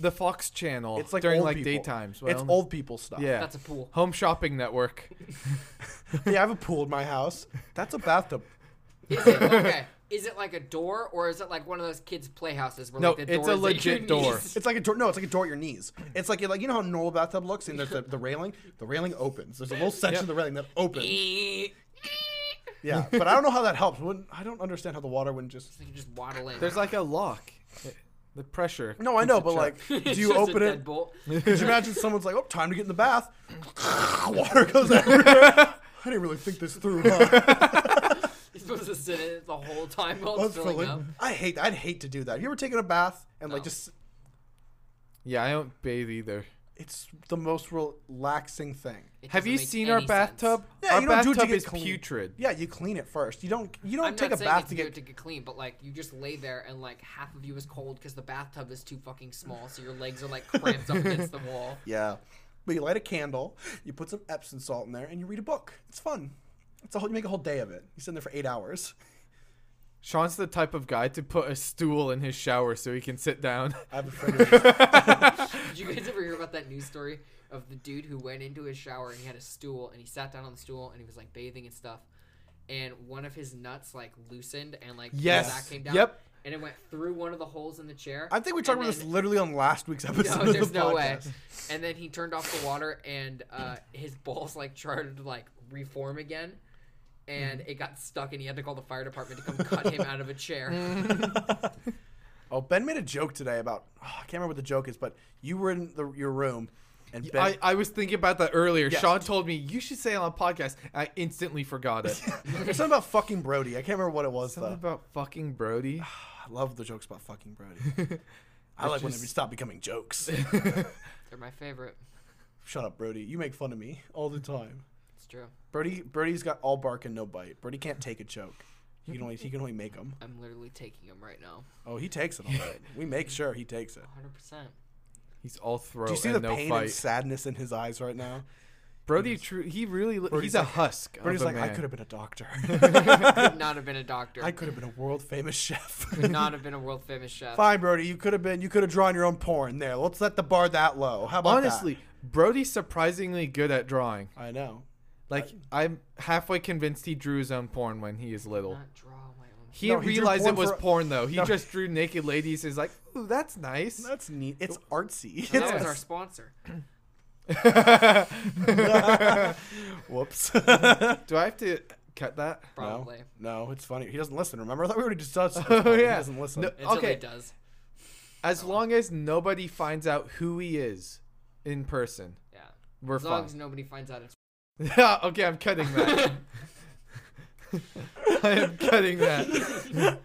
[SPEAKER 1] the Fox channel.
[SPEAKER 2] It's like
[SPEAKER 1] during
[SPEAKER 2] old
[SPEAKER 1] like
[SPEAKER 2] people.
[SPEAKER 1] daytimes.
[SPEAKER 2] it's
[SPEAKER 1] well,
[SPEAKER 2] old people stuff.
[SPEAKER 1] Yeah.
[SPEAKER 3] That's a pool.
[SPEAKER 1] Home shopping network.
[SPEAKER 2] Hey, I have a pool in my house. That's a bathtub.
[SPEAKER 3] Is it okay? Is it like a door or is it like one of those kids' playhouses where
[SPEAKER 1] No,
[SPEAKER 3] like the door
[SPEAKER 1] it's a
[SPEAKER 3] is at your
[SPEAKER 1] legit door.
[SPEAKER 3] knees?
[SPEAKER 2] It's like a door. No, it's like a door at your knees. It's like like you know how a normal bathtub looks, and there's the, the railing. The railing opens. There's a little section of the railing that opens. Yeah, but I don't know how that helps. Wouldn't, I don't understand how the water wouldn't just.
[SPEAKER 3] You can just waddle in.
[SPEAKER 1] There's like a lock. The pressure.
[SPEAKER 2] No, I know,
[SPEAKER 1] keeps
[SPEAKER 2] but
[SPEAKER 1] it
[SPEAKER 2] like,
[SPEAKER 1] shut.
[SPEAKER 2] do
[SPEAKER 3] It's
[SPEAKER 2] you
[SPEAKER 3] just a
[SPEAKER 2] open it?
[SPEAKER 3] deadbolt.
[SPEAKER 2] Could you imagine someone's like, "Oh, time to get in the bath." water goes everywhere. I didn't really think this through. Huh?
[SPEAKER 3] You're supposed to sit in it the whole time while
[SPEAKER 2] I,
[SPEAKER 3] it's filling up.
[SPEAKER 2] I hate. I'd hate to do that. Have you ever taken a bath and like
[SPEAKER 3] No.
[SPEAKER 2] just?
[SPEAKER 1] Yeah, I don't bathe either.
[SPEAKER 2] It's the most relaxing thing.
[SPEAKER 3] It
[SPEAKER 1] Have
[SPEAKER 3] doesn't
[SPEAKER 1] you
[SPEAKER 3] make
[SPEAKER 1] seen
[SPEAKER 3] any
[SPEAKER 1] our
[SPEAKER 3] sense.
[SPEAKER 1] bathtub?
[SPEAKER 2] Yeah,
[SPEAKER 1] our
[SPEAKER 2] you don't do it to
[SPEAKER 1] bathtub
[SPEAKER 2] get
[SPEAKER 1] is
[SPEAKER 2] clean.
[SPEAKER 1] putrid.
[SPEAKER 2] Yeah, you clean it first. You don't. You don't
[SPEAKER 3] I'm
[SPEAKER 2] take
[SPEAKER 3] not
[SPEAKER 2] a
[SPEAKER 3] saying
[SPEAKER 2] bath
[SPEAKER 3] it's
[SPEAKER 2] to
[SPEAKER 3] weird
[SPEAKER 2] get.
[SPEAKER 3] to get clean, but like you just lay there and like half of you is cold because the bathtub is too fucking small, so your legs are like cramped up against the wall.
[SPEAKER 2] Yeah, but you light a candle. You put some Epsom salt in there, and you read a book. It's fun. It's a whole. You make a whole day of it. You sit in there for eight hours.
[SPEAKER 1] Sean's the type of guy to put a stool in his shower so he can sit down.
[SPEAKER 2] I have a friend. who-
[SPEAKER 3] Did you guys ever hear about that news story of the dude who went into his shower and he had a stool and he sat down on the stool and he was like bathing and stuff, and one of his nuts like loosened and like
[SPEAKER 1] Yes.
[SPEAKER 3] that came down.
[SPEAKER 1] Yep.
[SPEAKER 3] And it went through one of the holes in the chair.
[SPEAKER 2] I think we talked
[SPEAKER 3] and
[SPEAKER 2] about this
[SPEAKER 3] then-
[SPEAKER 2] literally on last week's episode.
[SPEAKER 3] No,
[SPEAKER 2] of
[SPEAKER 3] there's
[SPEAKER 2] the
[SPEAKER 3] no way.
[SPEAKER 2] podcast.
[SPEAKER 3] And then he turned off the water, and uh, his balls like started to like reform again, and
[SPEAKER 1] Hmm.
[SPEAKER 3] it got stuck, and he had to call the fire department to come cut him out of a chair.
[SPEAKER 2] Oh, Ben made a joke today about oh, I can't remember what the joke is, but you were in the, your room and Ben.
[SPEAKER 1] I, I was thinking about that earlier.
[SPEAKER 2] Yes.
[SPEAKER 1] Sean told me you should say it on a podcast. I instantly forgot it.
[SPEAKER 2] there's something about fucking Brody. I can't remember what it was
[SPEAKER 1] Something
[SPEAKER 2] though.
[SPEAKER 1] about fucking Brody.
[SPEAKER 2] I love the jokes about fucking Brody. I like when they stop becoming jokes.
[SPEAKER 3] They're my favorite.
[SPEAKER 2] Shut up, Brody. You make fun of me all the time.
[SPEAKER 3] It's true.
[SPEAKER 2] Brody, Brody's got all bark and no bite. Brody can't take a joke. He can only he can only make them.
[SPEAKER 3] I'm literally taking him right now.
[SPEAKER 2] Oh, he takes it all right. We make sure he takes it.
[SPEAKER 3] 100. percent
[SPEAKER 1] He's all throat
[SPEAKER 2] Do you see
[SPEAKER 1] and
[SPEAKER 2] the
[SPEAKER 1] no
[SPEAKER 2] pain
[SPEAKER 1] fight.
[SPEAKER 2] and sadness in his eyes right now?
[SPEAKER 1] Brody, true, he really li-
[SPEAKER 2] Brody's
[SPEAKER 1] he's a
[SPEAKER 2] like-
[SPEAKER 1] husk.
[SPEAKER 2] Brody's
[SPEAKER 1] of a
[SPEAKER 2] like, I
[SPEAKER 1] man."
[SPEAKER 2] could have been a doctor.
[SPEAKER 3] Could not have been a doctor.
[SPEAKER 2] I could have been a world famous chef.
[SPEAKER 3] Could not have been a world famous chef.
[SPEAKER 2] Fine, Brody. You could have been. You could have drawn your own porn there. Let's set the bar that low. How about that?
[SPEAKER 1] Honestly, Brody's surprisingly good at drawing.
[SPEAKER 2] I know.
[SPEAKER 1] Like I'm halfway convinced he drew his own porn when he is little.
[SPEAKER 3] Not draw my own.
[SPEAKER 1] He
[SPEAKER 2] No, he drew
[SPEAKER 1] realized
[SPEAKER 2] porn
[SPEAKER 1] it was
[SPEAKER 2] for-
[SPEAKER 1] porn though. He
[SPEAKER 2] No.
[SPEAKER 1] just drew naked ladies. Is like, ooh, that's nice.
[SPEAKER 2] That's neat. It's artsy.
[SPEAKER 3] No, that was
[SPEAKER 1] Yes.
[SPEAKER 3] our sponsor.
[SPEAKER 2] Whoops.
[SPEAKER 1] Do I have to cut that?
[SPEAKER 3] Probably.
[SPEAKER 2] No, no, it's funny. He doesn't listen. Remember, I thought we already discussed.
[SPEAKER 1] Oh yeah,
[SPEAKER 2] He doesn't listen.
[SPEAKER 1] No,
[SPEAKER 3] Until
[SPEAKER 1] okay,
[SPEAKER 3] he does.
[SPEAKER 1] as long as nobody finds out who he is in person,
[SPEAKER 3] Yeah.
[SPEAKER 1] we're
[SPEAKER 3] As long
[SPEAKER 1] fine.
[SPEAKER 3] as nobody finds out it's
[SPEAKER 1] okay, I'm cutting that. I am cutting that.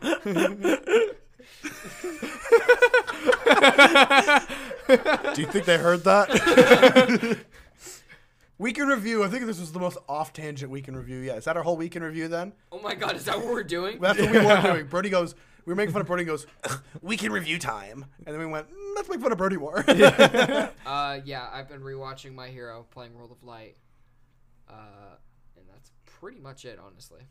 [SPEAKER 2] Do you think they heard that? week in review. I think this was the most off tangent week in review. Yeah, is that our whole week in review then?
[SPEAKER 3] Oh my god, is that what we're doing?
[SPEAKER 2] That's what we were doing. Brody goes. We were making fun of Brody. and Goes week in review time, and then we went. "Mm, Let's make fun of Brody more.
[SPEAKER 3] Uh, yeah, I've been rewatching My Hero, playing World of Light, uh, and that's pretty much it, honestly.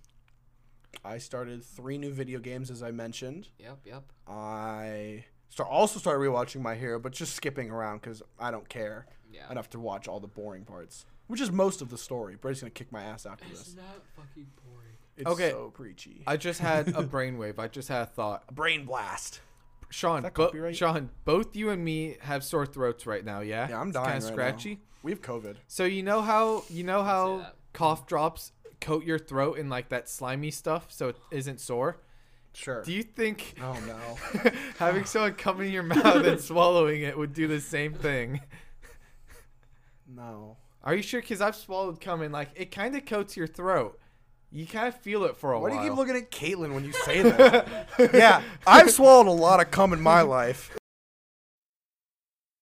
[SPEAKER 2] I started three new video games, as I mentioned.
[SPEAKER 3] Yep, yep.
[SPEAKER 2] I start also started rewatching My Hero, but just skipping around because I don't care
[SPEAKER 3] Yeah.
[SPEAKER 2] enough to watch all the boring parts, which is most of the story. Brady's gonna kick my ass after this.
[SPEAKER 3] not fucking boring.
[SPEAKER 2] It's
[SPEAKER 1] Okay.
[SPEAKER 2] so preachy.
[SPEAKER 1] I just had a brainwave. I just had a thought.
[SPEAKER 2] Brain blast.
[SPEAKER 1] Sean,
[SPEAKER 2] that
[SPEAKER 1] bo-
[SPEAKER 2] copyright?
[SPEAKER 1] Sean, both you and me have sore throats right now. Yeah,
[SPEAKER 2] Yeah, I'm
[SPEAKER 1] It's
[SPEAKER 2] dying.
[SPEAKER 1] Kind of
[SPEAKER 2] right now.
[SPEAKER 1] scratchy.
[SPEAKER 2] We have COVID.
[SPEAKER 1] So you know how you know how
[SPEAKER 3] that.
[SPEAKER 1] cough drops coat your throat in like that slimy stuff, so it isn't sore.
[SPEAKER 2] Sure.
[SPEAKER 1] Do you think
[SPEAKER 2] oh no.
[SPEAKER 1] having someone come in your mouth and swallowing it would do the same thing?
[SPEAKER 2] No.
[SPEAKER 1] Are you sure? Because I've swallowed cum and like it kind of coats your throat. You kind of feel it for a
[SPEAKER 2] Why
[SPEAKER 1] while.
[SPEAKER 2] do you keep looking at Caitlin when you say that? yeah, I've swallowed a lot of cum in my life.